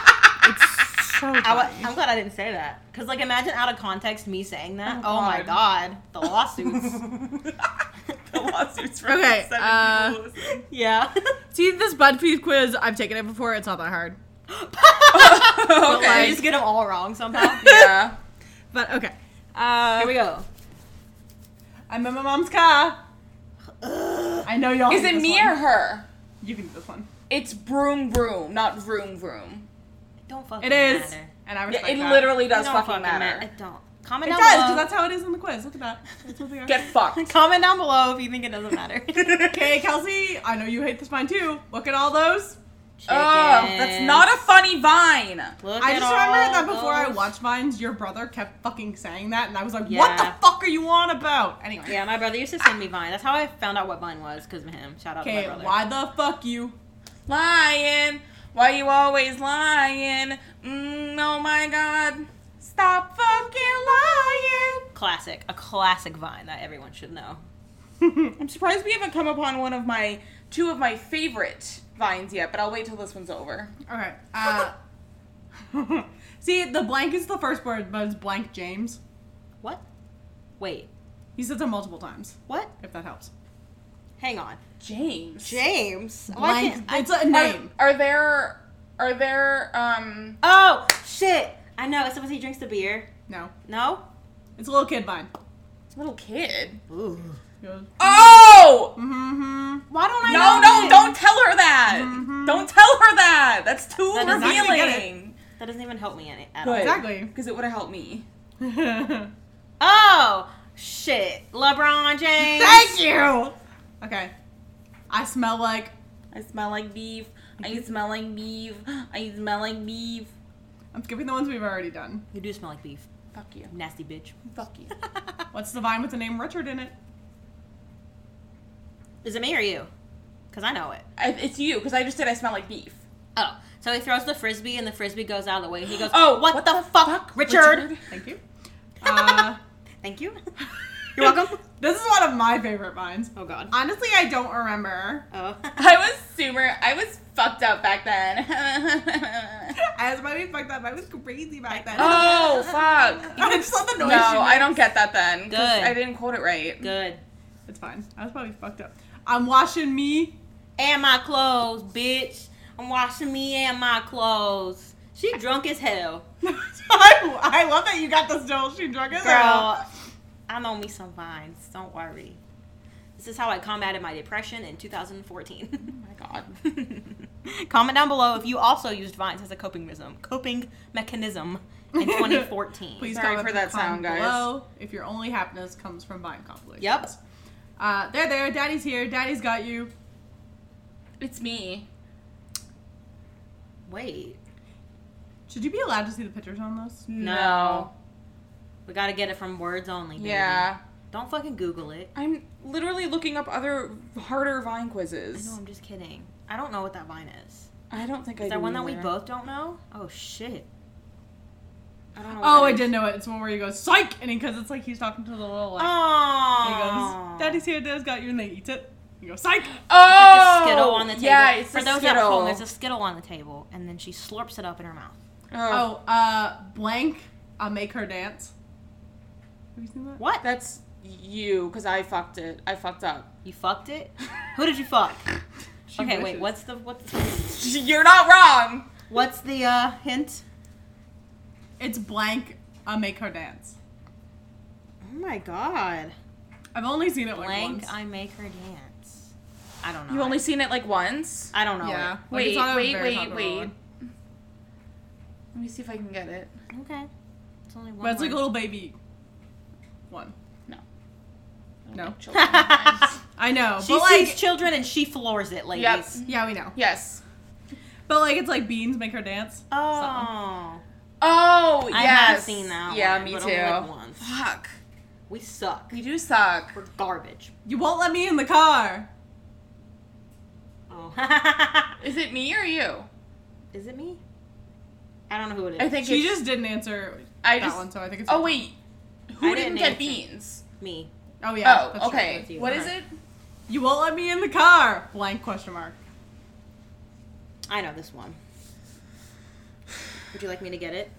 Speaker 2: It's so
Speaker 3: I wa-
Speaker 2: funny.
Speaker 3: I'm glad I didn't say that. Cause like imagine out of context me saying that.
Speaker 1: Oh,
Speaker 3: Oh, my god, the lawsuits.
Speaker 1: the lawsuits from
Speaker 2: Okay,
Speaker 1: seven
Speaker 2: uh,
Speaker 1: people listening.
Speaker 3: yeah.
Speaker 2: See this BuzzFeed quiz? I've taken it before. It's not that hard.
Speaker 1: uh, okay.
Speaker 3: I just get them all wrong somehow.
Speaker 1: yeah.
Speaker 2: But okay. Uh,
Speaker 3: Here we go.
Speaker 2: I'm in my mom's car. I know y'all.
Speaker 1: Is
Speaker 2: hate
Speaker 1: it
Speaker 2: this
Speaker 1: me
Speaker 2: one.
Speaker 1: or her?
Speaker 2: You can do this one.
Speaker 1: It's broom broom, not vroom vroom.
Speaker 3: Don't fucking
Speaker 2: It is,
Speaker 3: matter.
Speaker 2: and I
Speaker 1: Yeah,
Speaker 2: respect
Speaker 1: it
Speaker 2: that.
Speaker 1: literally
Speaker 3: It
Speaker 1: does
Speaker 3: don't
Speaker 1: fucking, matter.
Speaker 3: It don't. Comment
Speaker 2: It does
Speaker 3: down
Speaker 2: because
Speaker 3: below.
Speaker 2: that's how it is in the quiz. Look at that. That's what they are.
Speaker 1: Get fucked.
Speaker 3: Comment down below if you think it doesn't matter.
Speaker 2: Okay, Kelsey, I know you hate this vine too. Look at all those.
Speaker 3: chickens.
Speaker 1: Oh, that's not a funny vine.
Speaker 3: Look
Speaker 2: I
Speaker 3: at
Speaker 2: just remember
Speaker 3: all
Speaker 2: that before I
Speaker 3: those-
Speaker 2: watched Vines, your brother kept fucking saying that, and I was like, "What
Speaker 3: Yeah.
Speaker 2: the fuck are you on about?" Anyway,
Speaker 3: Yeah, my brother used to send me Vine. That's how I found out what Vine was because of him. Shout out
Speaker 2: okay,
Speaker 3: to my brother.
Speaker 2: why the fuck you?
Speaker 1: Lying. Why you always lying? Mm, oh my god. Stop fucking lying.
Speaker 3: Classic, a classic Vine that everyone should know.
Speaker 1: I'm surprised we haven't come upon one of my two of my favorite vines yet, but I'll wait till this one's over.
Speaker 2: Okay. Uh, see, the blank is the first word, but it's blank James.
Speaker 3: What? Wait,
Speaker 2: He says it multiple times,
Speaker 3: what?
Speaker 2: if that helps.
Speaker 3: Hang on.
Speaker 1: James.
Speaker 3: James. Why
Speaker 2: Blank.
Speaker 3: can't Oh, I-
Speaker 2: it's a
Speaker 1: Are,
Speaker 2: name.
Speaker 1: are there are there um
Speaker 3: oh shit! I know. It's because he drinks the beer.
Speaker 2: no,
Speaker 3: No.
Speaker 2: it's a little kid vine.
Speaker 1: little kid?
Speaker 3: Ooh.
Speaker 1: Oh!
Speaker 2: Mm-hmm.
Speaker 4: Why don't I
Speaker 1: No,
Speaker 4: know
Speaker 1: no, don't tell her that.
Speaker 2: Mhm.
Speaker 1: Don't tell her that. That's too
Speaker 3: Mm-hmm. That is not
Speaker 2: gonna get
Speaker 1: revealing.
Speaker 3: That doesn't even help me any at
Speaker 1: Good.
Speaker 3: all.
Speaker 2: Exactly.
Speaker 1: Because it would have helped me.
Speaker 2: Thank
Speaker 3: Oh shit! LeBron James.
Speaker 2: you. Okay. I smell like
Speaker 1: I smell like beef. I
Speaker 3: Mm-hmm.
Speaker 1: smell like beef. I smell like beef.
Speaker 2: I'm skipping the ones we've already done.
Speaker 3: You do smell like beef,
Speaker 1: Fuck you.
Speaker 3: nasty bitch.
Speaker 1: Fuck you.
Speaker 2: What's the vine with the name Richard in it?
Speaker 3: Is it me or you? Because I know it.
Speaker 1: I, it's you, because I just said I smell like beef.
Speaker 3: Oh, so he throws the frisbee and the frisbee goes out of the way. He goes,
Speaker 1: Oh,
Speaker 3: what, the, fuck, Richard?
Speaker 2: Thank you. Uh,
Speaker 3: Thank you. You're welcome.
Speaker 2: this is one of my favorite vines.
Speaker 3: Oh God.
Speaker 2: Honestly, I don't remember.
Speaker 3: Oh.
Speaker 1: I was super. I was fucked up back then.
Speaker 2: I was probably fucked up. I was crazy back then.
Speaker 1: oh fuck.
Speaker 2: I just love the
Speaker 1: No,
Speaker 2: noise. you
Speaker 1: I
Speaker 2: make.
Speaker 1: don't get that then. 'cause
Speaker 3: Good.
Speaker 1: I didn't quote it right.
Speaker 3: Good.
Speaker 2: It's fine. I was probably fucked up. I'm washing me.
Speaker 3: And my clothes, bitch. I'm washing me and my clothes. She drunk as hell,
Speaker 2: I, I love that you got this still. She drunk as hell.
Speaker 3: girl. I know me some vines. Don't worry. This is how I combated my depression in 2014.
Speaker 1: Oh my god.
Speaker 3: Comment down below if you also used vines as a coping mechanism. Coping mechanism in 2014.
Speaker 2: Please
Speaker 1: Sorry
Speaker 2: comment
Speaker 1: for that sound,
Speaker 2: comment
Speaker 1: guys.
Speaker 2: Below if your only happiness comes from vine compilations.
Speaker 3: Yep.
Speaker 2: Uh, there, there. Daddy's here. Daddy's got you.
Speaker 1: It's me.
Speaker 3: Wait.
Speaker 2: Should you be allowed to see the pictures on those?
Speaker 3: No. We gotta get it from words only. Baby.
Speaker 1: Yeah.
Speaker 3: Don't fucking Google it.
Speaker 1: I'm literally looking up other harder Vine
Speaker 3: I know,
Speaker 1: quizzes.
Speaker 3: I'm just kidding. I don't know what that vine is.
Speaker 1: I, don't think I.
Speaker 3: Is there
Speaker 1: do
Speaker 3: one that we
Speaker 1: either.
Speaker 3: both don't know? Oh shit. I don't know.
Speaker 2: Oh,
Speaker 3: what
Speaker 2: I
Speaker 3: that
Speaker 2: did
Speaker 3: is.
Speaker 2: know it. It's one where you go psych, and because it's like he's talking to the little like. and he
Speaker 3: Aww.
Speaker 2: goes, "Daddy's here. Daddy's got you," and they eat it. You go psych.
Speaker 1: Oh.
Speaker 3: Like a skittle on the table.
Speaker 1: Yeah, it's
Speaker 3: For
Speaker 1: a
Speaker 3: those at
Speaker 1: skittle.
Speaker 3: home, there's a skittle on the table, and then she slurps it up in her mouth.
Speaker 1: oh,
Speaker 2: Oh, uh, blank. I'll make her dance. Have you seen that?
Speaker 3: What?
Speaker 1: that's you, because I fucked it. I fucked up.
Speaker 3: You fucked it? Who did you fuck?
Speaker 2: She
Speaker 3: okay, wait.
Speaker 2: wishes.
Speaker 3: What's the what's the,
Speaker 1: You're not wrong.
Speaker 3: what's the uh, hint?
Speaker 2: It's blank. I'll make her dance.
Speaker 3: Oh my god.
Speaker 2: I've only seen it
Speaker 3: Blank.
Speaker 2: like once.
Speaker 3: I make her dance. I don't know.
Speaker 1: You only
Speaker 3: it.
Speaker 1: seen it like once.
Speaker 3: I don't know.
Speaker 2: yeah.
Speaker 3: it.
Speaker 2: Like, it's not a very popular one.
Speaker 1: Let me see if I can get it.
Speaker 3: Okay. It's only one.
Speaker 2: But it's like a
Speaker 3: word.
Speaker 2: little baby. One.
Speaker 1: I don't
Speaker 2: No.
Speaker 1: like children vines.
Speaker 2: I know,
Speaker 3: she
Speaker 2: but
Speaker 3: sees
Speaker 2: like,
Speaker 3: children and she floors it, ladies.
Speaker 1: yep.
Speaker 2: yeah, we know.
Speaker 1: Yes.
Speaker 2: But like, it's like beans make her dance.
Speaker 3: Oh,
Speaker 1: Oh,
Speaker 3: I
Speaker 1: yes.
Speaker 3: have seen that.
Speaker 1: Yeah,
Speaker 3: one,
Speaker 1: me
Speaker 3: but
Speaker 1: too.
Speaker 3: Only like once.
Speaker 1: Fuck.
Speaker 3: We suck.
Speaker 1: We do suck.
Speaker 3: We're garbage.
Speaker 2: You won't let me in the car.
Speaker 3: Oh,
Speaker 1: Is it me or you?
Speaker 3: is it me? I don't know who it is.
Speaker 1: I think
Speaker 2: She
Speaker 1: it's,
Speaker 2: just didn't answer
Speaker 1: I
Speaker 2: that
Speaker 1: just.
Speaker 2: one, so I think it's.
Speaker 1: Oh wait, who
Speaker 3: I
Speaker 1: didn't,
Speaker 3: didn't
Speaker 1: get
Speaker 3: answer.
Speaker 1: beans?
Speaker 3: me.
Speaker 2: Oh yeah. that's
Speaker 1: oh,
Speaker 2: true.
Speaker 1: okay.
Speaker 3: That's you.
Speaker 1: What
Speaker 3: All
Speaker 1: is
Speaker 3: right.
Speaker 1: it?
Speaker 2: You won't let me in the car. Blank question mark.
Speaker 3: I know this one. Would you like me to get it?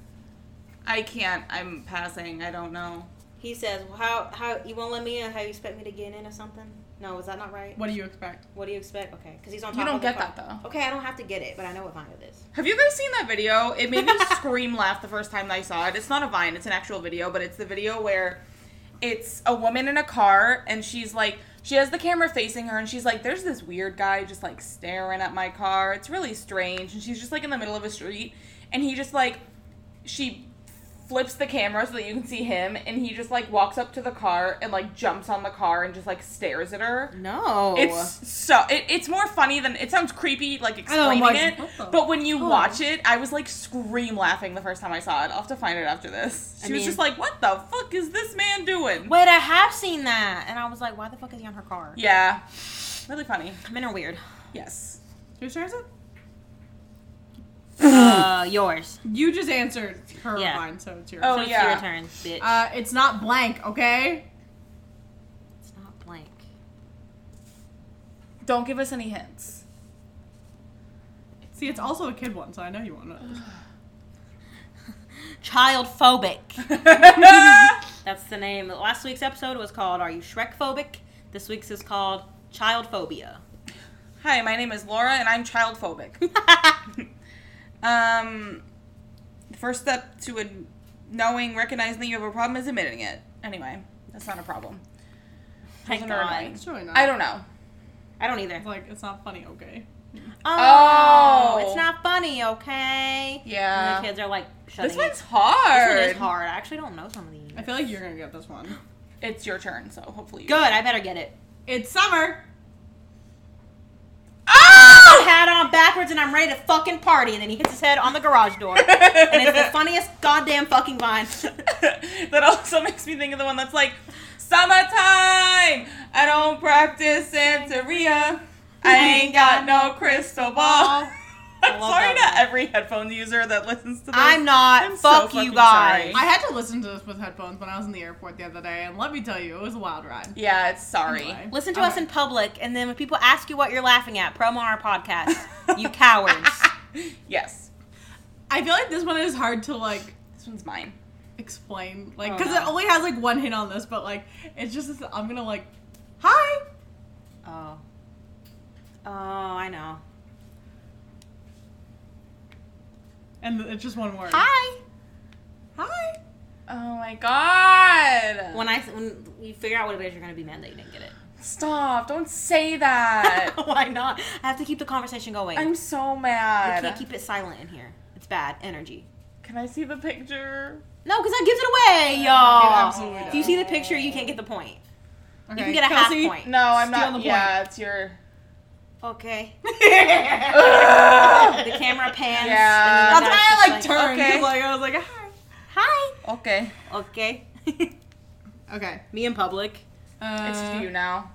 Speaker 1: I can't. I'm passing. I don't know.
Speaker 3: He says, well, "How how you won't let me in? How you expect me to get in or something?" No, is that not right?
Speaker 2: What do you expect?
Speaker 3: What do you expect? Okay, because he's on top.
Speaker 1: You don't
Speaker 3: of the
Speaker 1: get
Speaker 3: car.
Speaker 1: that though.
Speaker 3: Okay, I don't have to get it, but I know what vine it is.
Speaker 1: Have you guys seen that video? It made me scream laugh the first time that I saw it. It's not a vine. It's an actual video, but it's the video where it's a woman in a car and she's like she has the camera facing her and she's like there's this weird guy just like staring at my car it's really strange and she's just like in the middle of a street and he just like she flips the camera so that you can see him, and he just like walks up to the car and like jumps on the car and just like stares at her.
Speaker 5: No.
Speaker 1: It's so it, it's more funny than it sounds creepy like explaining
Speaker 5: my-
Speaker 1: it.
Speaker 5: what the-
Speaker 1: But when you watch it, I was like scream laughing the first time I saw it. I'll have to find it after this. She
Speaker 3: I
Speaker 1: was
Speaker 3: mean-
Speaker 1: just like, "What the fuck is this man doing?"
Speaker 3: Wait, I have seen that, and I was like, why the fuck is he on her car?
Speaker 1: Yeah, really funny.
Speaker 3: Men are weird.
Speaker 1: Yes.
Speaker 2: Whose turn is it?
Speaker 3: uh, yours.
Speaker 2: You just answered her
Speaker 3: Yeah.
Speaker 2: line, so it's yours.
Speaker 1: Oh,
Speaker 3: so it's
Speaker 1: yeah.
Speaker 3: your turn, bitch.
Speaker 2: Uh, it's not blank, okay?
Speaker 3: it's not blank.
Speaker 1: Don't give us any hints.
Speaker 2: See, it's also a kid one, so I know you want to.
Speaker 3: Child phobic.
Speaker 1: That's
Speaker 3: That's the name. Last week's episode was called Are You Shrek Phobic? This week's is called Child Phobia.
Speaker 1: Hi, my name is Laura, and I'm child phobic. um, the first step to ad- knowing, recognizing that you have a problem is admitting it. Anyway, that's not a problem.
Speaker 3: Thank
Speaker 1: Those are
Speaker 3: God.
Speaker 1: annoying.
Speaker 2: It's really not.
Speaker 1: I don't know.
Speaker 3: I don't either.
Speaker 2: It's like it's not funny, okay?
Speaker 1: Oh.
Speaker 3: it's not funny, okay?
Speaker 1: Yeah.
Speaker 3: And the kids are like, shutting
Speaker 1: This
Speaker 3: it.
Speaker 1: one's hard.
Speaker 3: This one is hard. I actually don't know some of these.
Speaker 2: I feel like you're gonna get this one.
Speaker 1: It's your turn, so hopefully. You
Speaker 3: Good, I better get it.
Speaker 2: It's summer.
Speaker 3: I
Speaker 1: Oh!
Speaker 3: had on backwards and I'm ready to fucking party, and then he hits his head on the garage door. and it's the funniest goddamn fucking vine.
Speaker 1: that also makes me think of the one that's like, summertime. I don't practice Santeria. I ain't got no crystal ball. I'm
Speaker 3: love
Speaker 1: sorry to
Speaker 3: that
Speaker 1: every headphones user that listens to this.
Speaker 3: I'm not.
Speaker 1: I'm so
Speaker 3: Fuck
Speaker 1: fucking
Speaker 3: you guys.
Speaker 1: sorry.
Speaker 2: I had to listen to this with headphones when I was in the airport the other day, and let me tell you, it was a wild ride.
Speaker 1: Yeah, it's sorry.
Speaker 2: Anyway.
Speaker 3: Listen to
Speaker 2: Okay.
Speaker 3: us in public, and then when people ask you what you're laughing at, promo our podcast. you cowards.
Speaker 1: Yes,
Speaker 2: I feel like this one is hard to like
Speaker 1: this one's mine.
Speaker 2: explain, like
Speaker 1: Oh,
Speaker 2: because it
Speaker 1: no.
Speaker 2: only has like one hint on this, but like it's just this, I'm gonna like, hi.
Speaker 3: Oh. Oh, I know.
Speaker 2: And it's just one word.
Speaker 3: Hi.
Speaker 2: Hi.
Speaker 1: Oh my god.
Speaker 3: When I when you figure out what it is, you're gonna be mad that you didn't get it.
Speaker 1: Stop. Don't say that.
Speaker 3: Why not? I have to keep the conversation going.
Speaker 1: I'm so
Speaker 3: I
Speaker 1: mad.
Speaker 3: can't keep it silent in here. It's bad energy.
Speaker 1: Can I see the picture?
Speaker 3: No, because that gives it away,
Speaker 2: It
Speaker 3: y'all.
Speaker 2: absolutely
Speaker 3: If you
Speaker 2: does.
Speaker 3: see the picture, you can't get the point.
Speaker 2: Okay,
Speaker 3: You can get a half
Speaker 2: Kelsey,
Speaker 3: point.
Speaker 1: No, I'm
Speaker 2: Steal
Speaker 1: not.
Speaker 2: the
Speaker 1: yeah, it's your.
Speaker 3: Okay.
Speaker 1: Ugh.
Speaker 3: The camera pans.
Speaker 1: Yeah.
Speaker 2: That's
Speaker 3: and then the
Speaker 2: why I like
Speaker 3: guy's just
Speaker 2: turned.
Speaker 1: okay.
Speaker 2: Like I was like, hi.
Speaker 3: Hi.
Speaker 1: okay,
Speaker 3: Okay.
Speaker 2: Okay.
Speaker 3: Me in public.
Speaker 2: Uh,
Speaker 1: it's you now.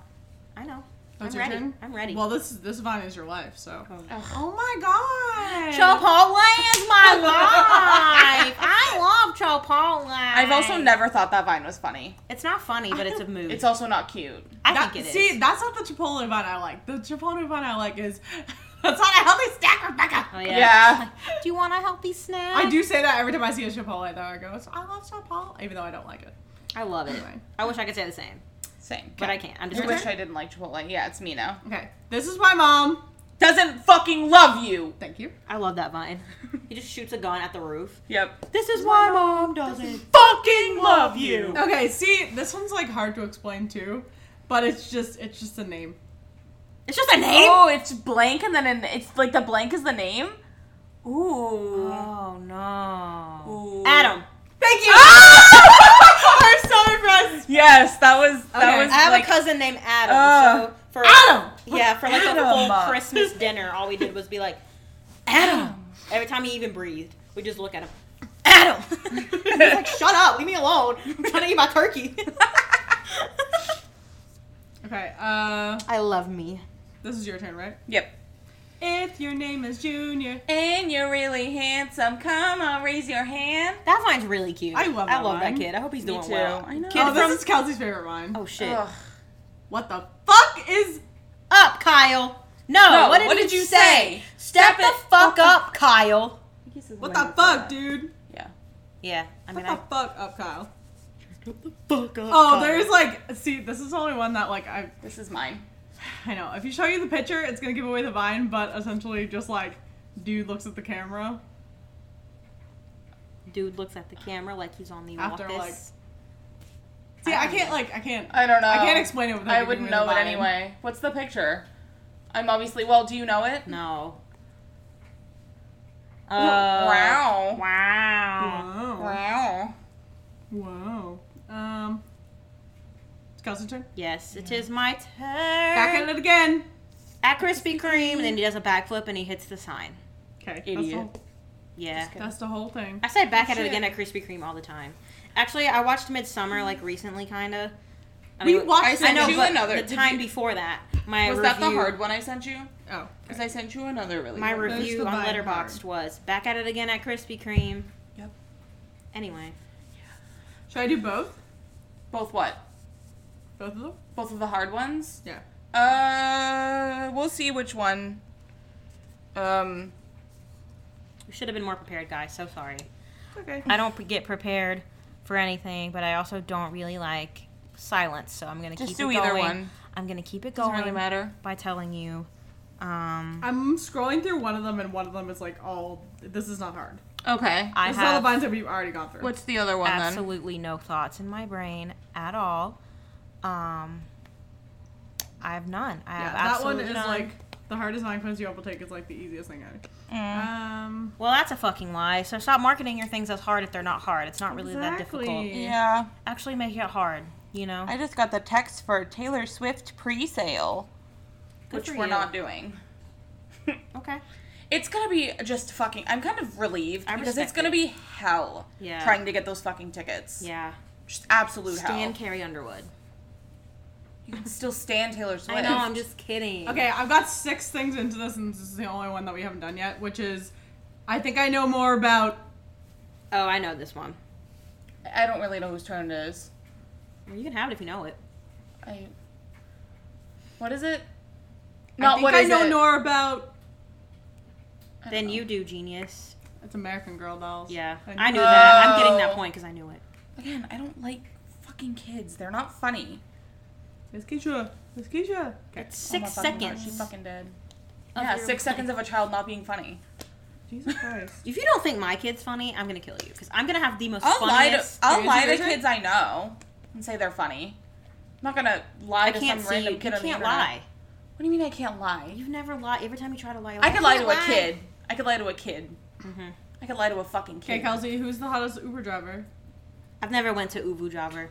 Speaker 3: I know.
Speaker 2: That's
Speaker 3: I'm
Speaker 2: your
Speaker 3: ready.
Speaker 2: turn?
Speaker 3: I'm ready.
Speaker 2: Well, this this vine is your life, so.
Speaker 3: Oh.
Speaker 2: Oh my god!
Speaker 3: Chipotle is my life. I love Chipotle.
Speaker 1: I've also never thought that vine was funny.
Speaker 3: It's not funny, but it's a mood.
Speaker 1: It's also not cute.
Speaker 3: I
Speaker 2: That-
Speaker 3: think it is.
Speaker 2: see, that's not the Chipotle vine I like. The Chipotle vine I like is that's not a healthy snack, Rebecca.
Speaker 3: Oh,
Speaker 1: Yeah.
Speaker 3: Do you want a healthy snack?
Speaker 2: I do say that every time I see a Chipotle, though. I go, I love Chipotle, even though I don't like it.
Speaker 3: I love it.
Speaker 2: Anyway.
Speaker 3: I wish I could say the same,
Speaker 1: Same.
Speaker 3: but I can't. I'm just
Speaker 1: I wish I didn't like Chipotle. Yeah, it's me now.
Speaker 2: Okay, this is my mom.
Speaker 1: Doesn't fucking love you.
Speaker 2: Thank you.
Speaker 3: I love that vine. he just shoots a gun at the roof.
Speaker 1: Yep.
Speaker 3: This is why mom doesn't.
Speaker 1: Fucking love you.
Speaker 2: Okay, see, this one's like hard to explain too, but it's just it's just a name.
Speaker 3: It's just a name.
Speaker 1: Oh, it's blank and then an, it's like the blank is the name. Ooh.
Speaker 3: Oh, no.
Speaker 1: Ooh.
Speaker 3: Adam.
Speaker 2: Thank you. I'm so impressed.
Speaker 1: Yes, that was that
Speaker 2: Okay,
Speaker 1: was
Speaker 3: I have
Speaker 1: like
Speaker 3: a cousin named Adam.
Speaker 1: Ugh.
Speaker 3: so for
Speaker 2: Adam!
Speaker 3: yeah, for like
Speaker 1: Adam.
Speaker 3: a full Christmas dinner, all we did was be like, Adam. Every time he even breathed, we just look at him. Adam. He's like, shut up, leave me alone. I'm trying to eat my turkey.
Speaker 2: Okay, uh,
Speaker 3: I love me.
Speaker 2: this is your turn, right?
Speaker 1: Yep.
Speaker 2: If your name is Junior,
Speaker 1: And you're really handsome. Come on, raise your hand.
Speaker 3: That vine's really cute.
Speaker 2: I love
Speaker 3: I
Speaker 2: that
Speaker 3: love
Speaker 2: vine.
Speaker 3: that kid. I hope he's
Speaker 1: Me
Speaker 3: doing
Speaker 1: too.
Speaker 3: well.
Speaker 1: I know.
Speaker 3: Kid
Speaker 2: oh, this
Speaker 3: from-
Speaker 2: is Kelsey's favorite one.
Speaker 3: oh shit.
Speaker 1: Ugh.
Speaker 2: What the fuck is
Speaker 3: Up, Kyle. No.
Speaker 1: No,
Speaker 3: what did,
Speaker 1: what
Speaker 3: you,
Speaker 1: did you
Speaker 3: say?
Speaker 1: say?
Speaker 3: Step the fuck up, Kyle.
Speaker 2: what the fuck, dude?
Speaker 1: Yeah.
Speaker 3: Yeah. I
Speaker 2: What
Speaker 3: mean,
Speaker 2: the
Speaker 3: I,
Speaker 2: fuck up, Kyle?
Speaker 3: fuck up.
Speaker 2: Oh, there's like, see, this is the only one that like I,
Speaker 1: This is mine.
Speaker 2: I know. If you show you the picture, it's gonna give away the vine, but essentially just like, dude looks at the camera.
Speaker 3: Dude looks at the camera like he's on the
Speaker 2: After,
Speaker 3: office.
Speaker 2: like- See, I can't like, I can't,
Speaker 1: I don't know.
Speaker 2: I can't explain it. Without
Speaker 1: I
Speaker 2: giving
Speaker 1: wouldn't
Speaker 2: away
Speaker 1: know
Speaker 2: the
Speaker 1: it
Speaker 2: vine.
Speaker 1: anyway. What's the picture? I'm obviously well. Do you know it? Uh,
Speaker 3: No.
Speaker 1: wow.
Speaker 3: Wow.
Speaker 2: Wow. Ah.
Speaker 1: Wow.
Speaker 2: Um, Kelsey's turn.
Speaker 3: Yes, it is my turn.
Speaker 2: Back at it again.
Speaker 3: at Krispy Kreme, and then he does a backflip and he hits the sign.
Speaker 2: Okay.
Speaker 3: Idiot.
Speaker 2: That's the,
Speaker 3: Yeah.
Speaker 2: whole, that's the whole thing.
Speaker 3: I say back
Speaker 1: Oh,
Speaker 3: at
Speaker 2: Shit.
Speaker 3: it again at Krispy Kreme all the time. Actually, I watched Midsummer like recently, kind of.
Speaker 2: We watched
Speaker 3: I
Speaker 2: it.
Speaker 3: know,
Speaker 1: Did you
Speaker 3: but
Speaker 1: another-
Speaker 3: the
Speaker 1: did
Speaker 3: time
Speaker 1: you-
Speaker 3: before that. My
Speaker 1: Was
Speaker 3: review,
Speaker 1: that the hard one I sent you?
Speaker 2: Oh.
Speaker 1: Because I sent you another really.
Speaker 3: My
Speaker 1: good one.
Speaker 3: review
Speaker 2: the
Speaker 3: on Letterboxd
Speaker 2: vibe hard.
Speaker 3: was back at it again at Krispy Kreme.
Speaker 1: Yep.
Speaker 3: Anyway,
Speaker 2: Should I do both?
Speaker 1: Both what?
Speaker 2: Both of them?
Speaker 1: Both of the hard ones?
Speaker 2: Yeah.
Speaker 1: Uh, we'll see which one. Um,
Speaker 3: we should have been more prepared, guys. So sorry.
Speaker 2: Okay.
Speaker 3: I don't get prepared for anything, but I also don't really like silence, so I'm gonna
Speaker 1: Just
Speaker 3: keep
Speaker 1: do
Speaker 3: it
Speaker 1: either
Speaker 3: going.
Speaker 1: one.
Speaker 3: I'm gonna keep it
Speaker 1: doesn't
Speaker 3: going
Speaker 1: really matter.
Speaker 3: by telling you. Um,
Speaker 2: I'm scrolling through one of them, and one of them is like all. This is not hard.
Speaker 1: Okay.
Speaker 3: I
Speaker 2: This is all the
Speaker 3: have
Speaker 2: binds that we've already gone through.
Speaker 1: What's the other one then?
Speaker 3: absolutely no thoughts in my brain at all. Um, I have none. I
Speaker 2: Yeah,
Speaker 3: have
Speaker 2: that one
Speaker 3: absolutely
Speaker 2: is
Speaker 3: none.
Speaker 2: like the hardest nine points you ever take is like the easiest thing ever. Um,
Speaker 3: Well, that's a fucking lie. So stop marketing your things as hard if they're not hard. It's not really that difficult.
Speaker 2: Exactly.
Speaker 1: Yeah,
Speaker 3: Actually, make it hard. You know.
Speaker 1: I just got the text for Taylor Swift pre-sale,
Speaker 3: Good
Speaker 1: which
Speaker 3: for
Speaker 1: we're
Speaker 3: you.
Speaker 1: not doing.
Speaker 3: Okay.
Speaker 1: It's gonna be just fucking. I'm kind of relieved
Speaker 3: I
Speaker 1: because
Speaker 3: respect
Speaker 1: it's gonna
Speaker 3: it.
Speaker 1: be hell
Speaker 3: Yeah.
Speaker 1: trying to get those fucking tickets.
Speaker 3: Yeah.
Speaker 1: Just absolute
Speaker 3: Stan
Speaker 1: hell.
Speaker 3: Carrie Underwood.
Speaker 1: You can still stand Taylor Swift.
Speaker 3: I know. I'm just kidding.
Speaker 2: okay, I've got six things into this, and this is the only one that we haven't done yet, which is, I think I know more about.
Speaker 3: Oh, I know this one.
Speaker 1: I don't really know whose turn it is.
Speaker 3: Well, you can have it if you know it.
Speaker 1: I. What is it?
Speaker 2: I
Speaker 1: Not
Speaker 2: think
Speaker 1: what
Speaker 2: I
Speaker 1: is
Speaker 2: know
Speaker 1: it?
Speaker 2: more about.
Speaker 1: I don't
Speaker 3: Then
Speaker 1: know.
Speaker 3: you do, genius.
Speaker 2: It's American Girl dolls.
Speaker 3: Yeah,
Speaker 2: And-
Speaker 3: I knew that. I'm getting
Speaker 1: Oh.
Speaker 3: that point because I knew it.
Speaker 1: Again, I don't like fucking kids. They're not funny.
Speaker 2: Miss Keisha. Miss Keisha. Okay.
Speaker 3: It's
Speaker 1: Oh my
Speaker 3: six
Speaker 1: fucking God,
Speaker 3: seconds.
Speaker 1: She's fucking dead.
Speaker 3: of
Speaker 1: yeah,
Speaker 3: your-
Speaker 1: six seconds of a child not being funny.
Speaker 2: Jesus Christ.
Speaker 3: If you don't think my kid's funny, I'm gonna kill you because I'm gonna have the most.
Speaker 1: I'll lie to
Speaker 3: funniest-
Speaker 1: I'll
Speaker 2: Is
Speaker 1: lie
Speaker 2: it
Speaker 1: to
Speaker 2: your turn?
Speaker 1: kids I know and say they're funny. I'm not gonna lie
Speaker 3: I
Speaker 1: to
Speaker 3: can't
Speaker 1: some
Speaker 3: see you.
Speaker 1: random
Speaker 3: You
Speaker 1: kid on the
Speaker 3: can't
Speaker 1: internet.
Speaker 3: lie.
Speaker 1: What do you mean I can't lie?
Speaker 3: You've never lied. Every time you try to lie, Mm-hmm. you're
Speaker 1: I
Speaker 3: like,
Speaker 1: could lie
Speaker 3: "Can't
Speaker 1: to a kid. I could lie to a kid. I could lie to a fucking
Speaker 2: Okay,
Speaker 1: kid.
Speaker 2: Kelsey, who's the hottest Uber driver?
Speaker 3: I've never went to Uvu Jobber.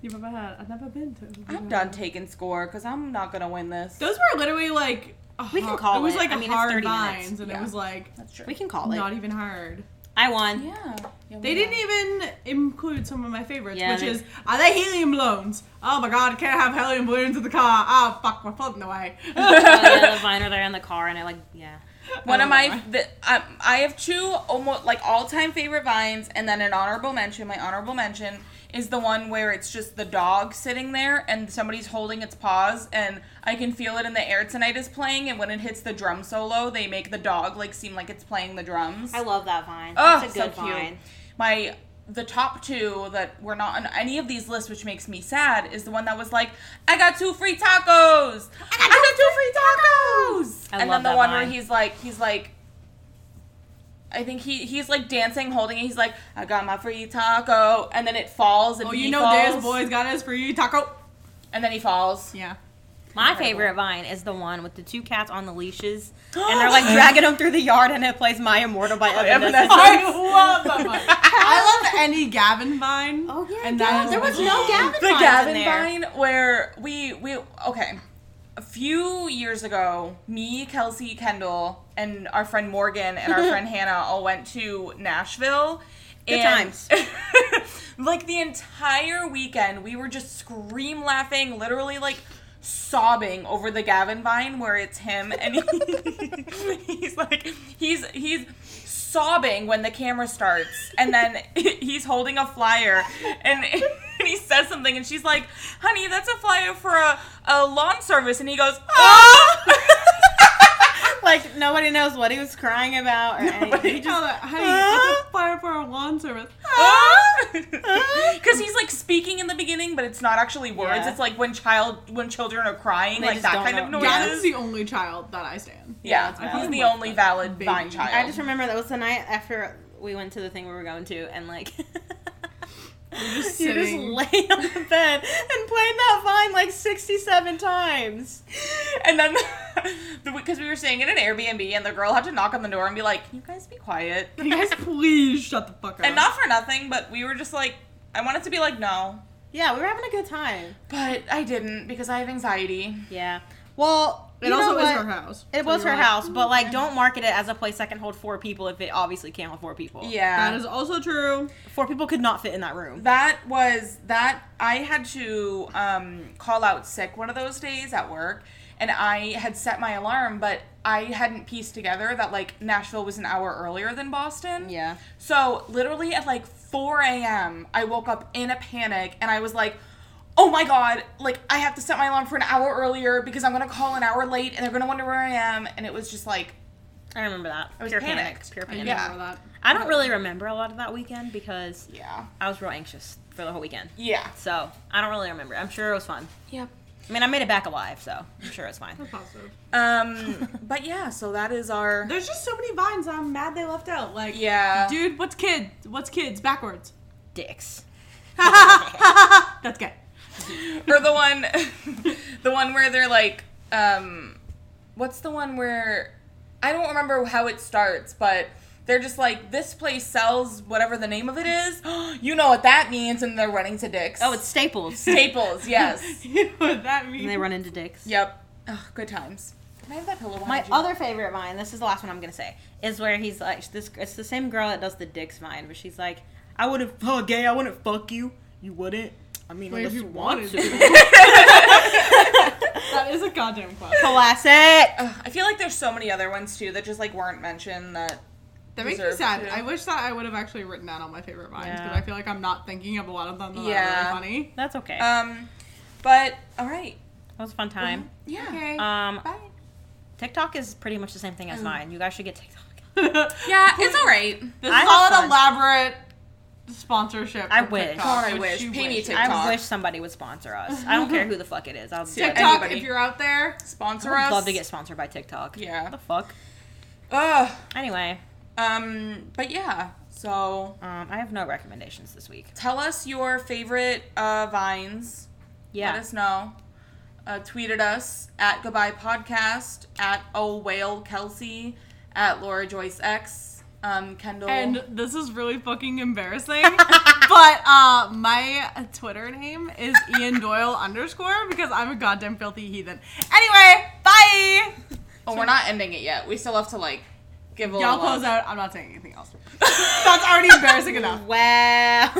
Speaker 2: You've ever had? I've never been to. Uber
Speaker 1: I'm
Speaker 2: driver.
Speaker 1: done taking score because I'm not gonna win this.
Speaker 2: Those were literally like. a
Speaker 3: We can
Speaker 2: hard-
Speaker 3: call
Speaker 2: It was
Speaker 3: it.
Speaker 2: like
Speaker 3: I
Speaker 2: a
Speaker 3: mean, it's
Speaker 2: hard
Speaker 3: 30 minutes.
Speaker 2: binds, and
Speaker 1: Yeah.
Speaker 2: it was like
Speaker 1: That's true.
Speaker 3: We can call it.
Speaker 2: not even hard.
Speaker 3: I won.
Speaker 1: yeah. Yeah,
Speaker 2: They
Speaker 1: we
Speaker 2: didn't
Speaker 1: are.
Speaker 2: even include some of my favorites,
Speaker 3: Yeah,
Speaker 2: which
Speaker 3: they-
Speaker 2: is are they helium balloons? Oh my god, I can't have helium balloons in the car. Oh fuck, we're floating away.
Speaker 3: oh, yeah, the viner there in the car, and I like, yeah.
Speaker 1: One
Speaker 2: Oh,
Speaker 1: of my,
Speaker 2: my.
Speaker 1: the, um, I have two almost like all time favorite vines, and then an honorable mention. My honorable mention is the one where it's just the dog sitting there and somebody's holding its paws, and I can feel it in the air tonight is playing, and when it hits the drum solo, they make the dog like seem like it's playing the drums.
Speaker 3: I love that vine.
Speaker 1: Oh,
Speaker 3: That's a
Speaker 1: so
Speaker 3: good
Speaker 1: cute.
Speaker 3: vine.
Speaker 1: My the top two that were not on any of these lists, which makes me sad, is the one that was like, "I got two free tacos. I got, two free tacos."
Speaker 3: I
Speaker 1: and then
Speaker 3: love
Speaker 1: the
Speaker 3: that
Speaker 1: one where
Speaker 3: line.
Speaker 1: he's like, he's like. I think he he's like dancing, holding it. He's like, "I got my free taco," and then it falls, and
Speaker 2: oh,
Speaker 1: he
Speaker 2: you know
Speaker 1: falls,
Speaker 2: Dez boys got us for you taco.
Speaker 1: and then he falls.
Speaker 2: Yeah.
Speaker 3: My
Speaker 1: Incredible.
Speaker 3: favorite vine is the one with the two cats on the leashes, and they're like dragging them through the yard, and it plays "My Immortal" by
Speaker 1: Evanescence.
Speaker 3: Evanescence.
Speaker 2: I love that vine. I love any Gavin vine.
Speaker 3: Oh yeah,
Speaker 2: And
Speaker 3: yeah.
Speaker 2: that-
Speaker 3: there was no Gavin
Speaker 1: the
Speaker 3: vines
Speaker 1: Gavin
Speaker 3: in there.
Speaker 1: Vine where we we okay. A few years ago, me, Kelsey, Kendall, and our friend Morgan and our friend Hannah all went to Nashville.
Speaker 3: Good
Speaker 1: and-
Speaker 3: times.
Speaker 1: like the entire weekend, we were just scream laughing, literally like sobbing over the Gavin Vine where it's him and he, he's like he's he's sobbing when the camera starts and then he's holding a flyer and, and he says something and she's like honey that's a flyer for a, a lawn service and he goes "Ah!" oh
Speaker 3: Like nobody knows what he was crying about or
Speaker 2: He
Speaker 3: anything.
Speaker 2: just, honey, it's a fire for our lawn service.
Speaker 1: because he's like speaking in the beginning but it's not actually words
Speaker 3: Yeah.
Speaker 1: it's like when child when children are crying
Speaker 3: They
Speaker 1: like
Speaker 3: just
Speaker 1: that
Speaker 3: don't
Speaker 1: kind
Speaker 3: know.
Speaker 1: of noises
Speaker 2: Gavin's the only child that I stand.
Speaker 1: Yeah,
Speaker 3: that's
Speaker 1: he's
Speaker 2: valid.
Speaker 1: the only valid
Speaker 2: Baby.
Speaker 1: vine child.
Speaker 3: I just remember that was the night after we went to the thing we were going to, and like.
Speaker 2: just
Speaker 3: you just
Speaker 2: sitting.
Speaker 3: lay on the bed and played that vine like 67 times.
Speaker 1: and then because we were staying in an Airbnb, and the girl had to knock on the door and be like, "Can you guys be quiet?"
Speaker 2: Can you guys please shut the fuck up?
Speaker 1: And not for nothing, but we were just like, I wanted to be like, "No,
Speaker 3: Yeah, we were having a good time.
Speaker 1: But I didn't because I have anxiety.
Speaker 3: Yeah. Well,
Speaker 2: It
Speaker 3: you know
Speaker 2: also is
Speaker 3: what?
Speaker 2: her house.
Speaker 3: It
Speaker 2: So
Speaker 3: was her
Speaker 2: you're like,
Speaker 3: house, but like, "Mm, don't market it as a place that can hold four people if it obviously can't hold four people.
Speaker 1: Yeah.
Speaker 2: That is also true.
Speaker 3: Four people could not fit in that room.
Speaker 1: That was that I had to um, call out sick one of those days at work, and I had set my alarm, but I hadn't pieced together that like Nashville was an hour earlier than Boston.
Speaker 3: Yeah.
Speaker 1: So literally at like 4 a.m., I woke up in a panic, and I was like. Oh my god, like I have to set my alarm for an hour earlier because I'm gonna call an hour late and they're gonna wonder where I am. And it was just like,
Speaker 3: I remember that.
Speaker 1: was
Speaker 3: Pure
Speaker 1: panicked.
Speaker 3: panic. Pure
Speaker 2: I
Speaker 3: panic.
Speaker 1: Yeah.
Speaker 2: remember that.
Speaker 3: I don't really remember a lot of that weekend because
Speaker 1: yeah.
Speaker 3: I was real anxious for the whole weekend.
Speaker 1: Yeah.
Speaker 3: So I don't really remember. I'm sure it was fun.
Speaker 1: Yep.
Speaker 3: I mean, I made it back alive, so I'm sure it's fine.
Speaker 2: That's positive.
Speaker 1: Um, but yeah, so that is our.
Speaker 2: There's just so many vines. I'm mad they left out. Like,
Speaker 1: Yeah.
Speaker 2: dude, what's kid? What's kids? Backwards.
Speaker 3: Dicks.
Speaker 2: That's gay.
Speaker 1: or the one the one where they're like um what's the one where i don't remember how it starts but they're just like this place sells whatever the name of it is you know what that means and they're running to dicks
Speaker 3: Oh, it's Staples.
Speaker 1: staples yes
Speaker 2: you know what that means?
Speaker 3: and they run into dicks.
Speaker 1: yep oh, good times can i have that pillow behind
Speaker 3: My
Speaker 1: you?
Speaker 3: other favorite vine, this is the last one I'm gonna say, is where he's like this. It's the same girl that does the dicks vine, but she's like, "I wouldn't fuck gay. I wouldn't fuck you. You wouldn't. I mean,
Speaker 2: Wait,
Speaker 3: unless
Speaker 2: if you
Speaker 3: you want
Speaker 2: wanted
Speaker 3: to."
Speaker 2: that is a goddamn classic.
Speaker 3: Classic.
Speaker 1: Ugh, i feel like there's so many other ones too that just like weren't mentioned that
Speaker 2: That makes me
Speaker 1: Deserved
Speaker 2: sad.
Speaker 1: to.
Speaker 2: I wish that I would have actually written that on my favorite vines because
Speaker 3: Yeah.
Speaker 2: I feel like I'm not thinking of a lot of them that
Speaker 1: Yeah.
Speaker 2: are really funny.
Speaker 3: That's okay. that
Speaker 1: um but all right
Speaker 3: was a fun time.
Speaker 1: yeah
Speaker 2: Okay.
Speaker 3: Um,
Speaker 2: Bye.
Speaker 3: TikTok is pretty much the same thing as
Speaker 2: Uh-huh.
Speaker 3: mine. You guys should get TikTok.
Speaker 1: yeah it's all right
Speaker 2: This
Speaker 3: I
Speaker 2: is all
Speaker 3: have fun.
Speaker 2: an elaborate sponsorship.
Speaker 3: I
Speaker 2: for
Speaker 3: wish.
Speaker 2: TikTok,
Speaker 1: God, I
Speaker 2: which
Speaker 1: wish.
Speaker 2: you
Speaker 1: Pay me TikTok.
Speaker 3: I wish somebody would sponsor us. I don't care who the fuck it is. I'll do it.
Speaker 1: TikTok.
Speaker 2: TikTok,
Speaker 1: Anybody.
Speaker 2: if you're out there,
Speaker 3: I
Speaker 1: sponsor
Speaker 3: would
Speaker 1: us
Speaker 3: love to get sponsored by TikTok.
Speaker 1: Yeah.
Speaker 3: the fuck.
Speaker 1: Ugh.
Speaker 3: Anyway,
Speaker 1: Um, but yeah, so
Speaker 3: um, I have no recommendations this week.
Speaker 1: tell us your favorite uh, vines.
Speaker 3: Yeah.
Speaker 1: Let us know. Uh, tweet at us at Goodbye Podcast, at Oh Whale Kelsey, at Laura Joyce X, um, Kendall.
Speaker 2: and this is really fucking embarrassing, but uh, my Twitter name is Ian Doyle underscore because I'm a goddamn filthy heathen. Anyway, bye.
Speaker 1: oh, we're not ending it yet. We still have to like give a
Speaker 2: Y'all
Speaker 1: little
Speaker 2: close
Speaker 1: love.
Speaker 2: out. I'm not saying anything else. That's already embarrassing enough.
Speaker 3: Wow.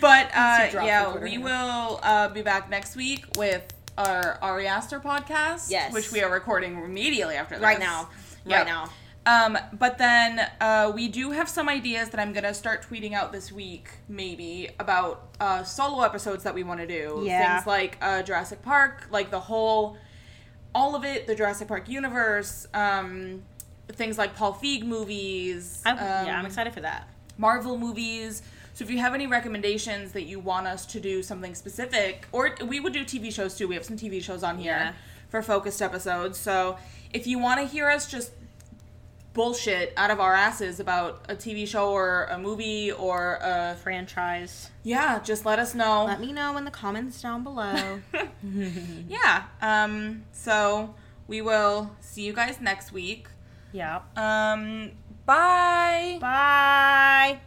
Speaker 1: But uh,
Speaker 3: drop the
Speaker 1: yeah,
Speaker 3: Twitter
Speaker 1: we
Speaker 3: handle.
Speaker 1: will uh, be back next week with our Ari Aster podcast,
Speaker 3: Yes.
Speaker 1: which we are recording immediately after this.
Speaker 3: right now.
Speaker 1: Yep.
Speaker 3: Right now.
Speaker 1: Um, but then uh, we do have some ideas that I'm gonna start tweeting out this week, maybe about uh, solo episodes that we want to do.
Speaker 3: Yeah.
Speaker 1: Things like uh, Jurassic Park, like the whole, all of it, the Jurassic Park universe. Um, things like Paul Feig movies.
Speaker 3: I,
Speaker 1: um,
Speaker 3: yeah, I'm excited for that.
Speaker 1: Marvel movies. So if you have any recommendations that you want us to do something specific, or we would do TV shows too. We have some TV shows on here
Speaker 3: Yeah.
Speaker 1: for focused episodes. So if you want to hear us just bullshit out of our asses about a TV show or a movie or a
Speaker 3: Franchise.
Speaker 1: yeah, just let us know.
Speaker 3: Let me know in the comments down below.
Speaker 1: yeah. Um. So we will see you guys next week.
Speaker 3: yeah.
Speaker 1: Um. Bye.
Speaker 3: Bye.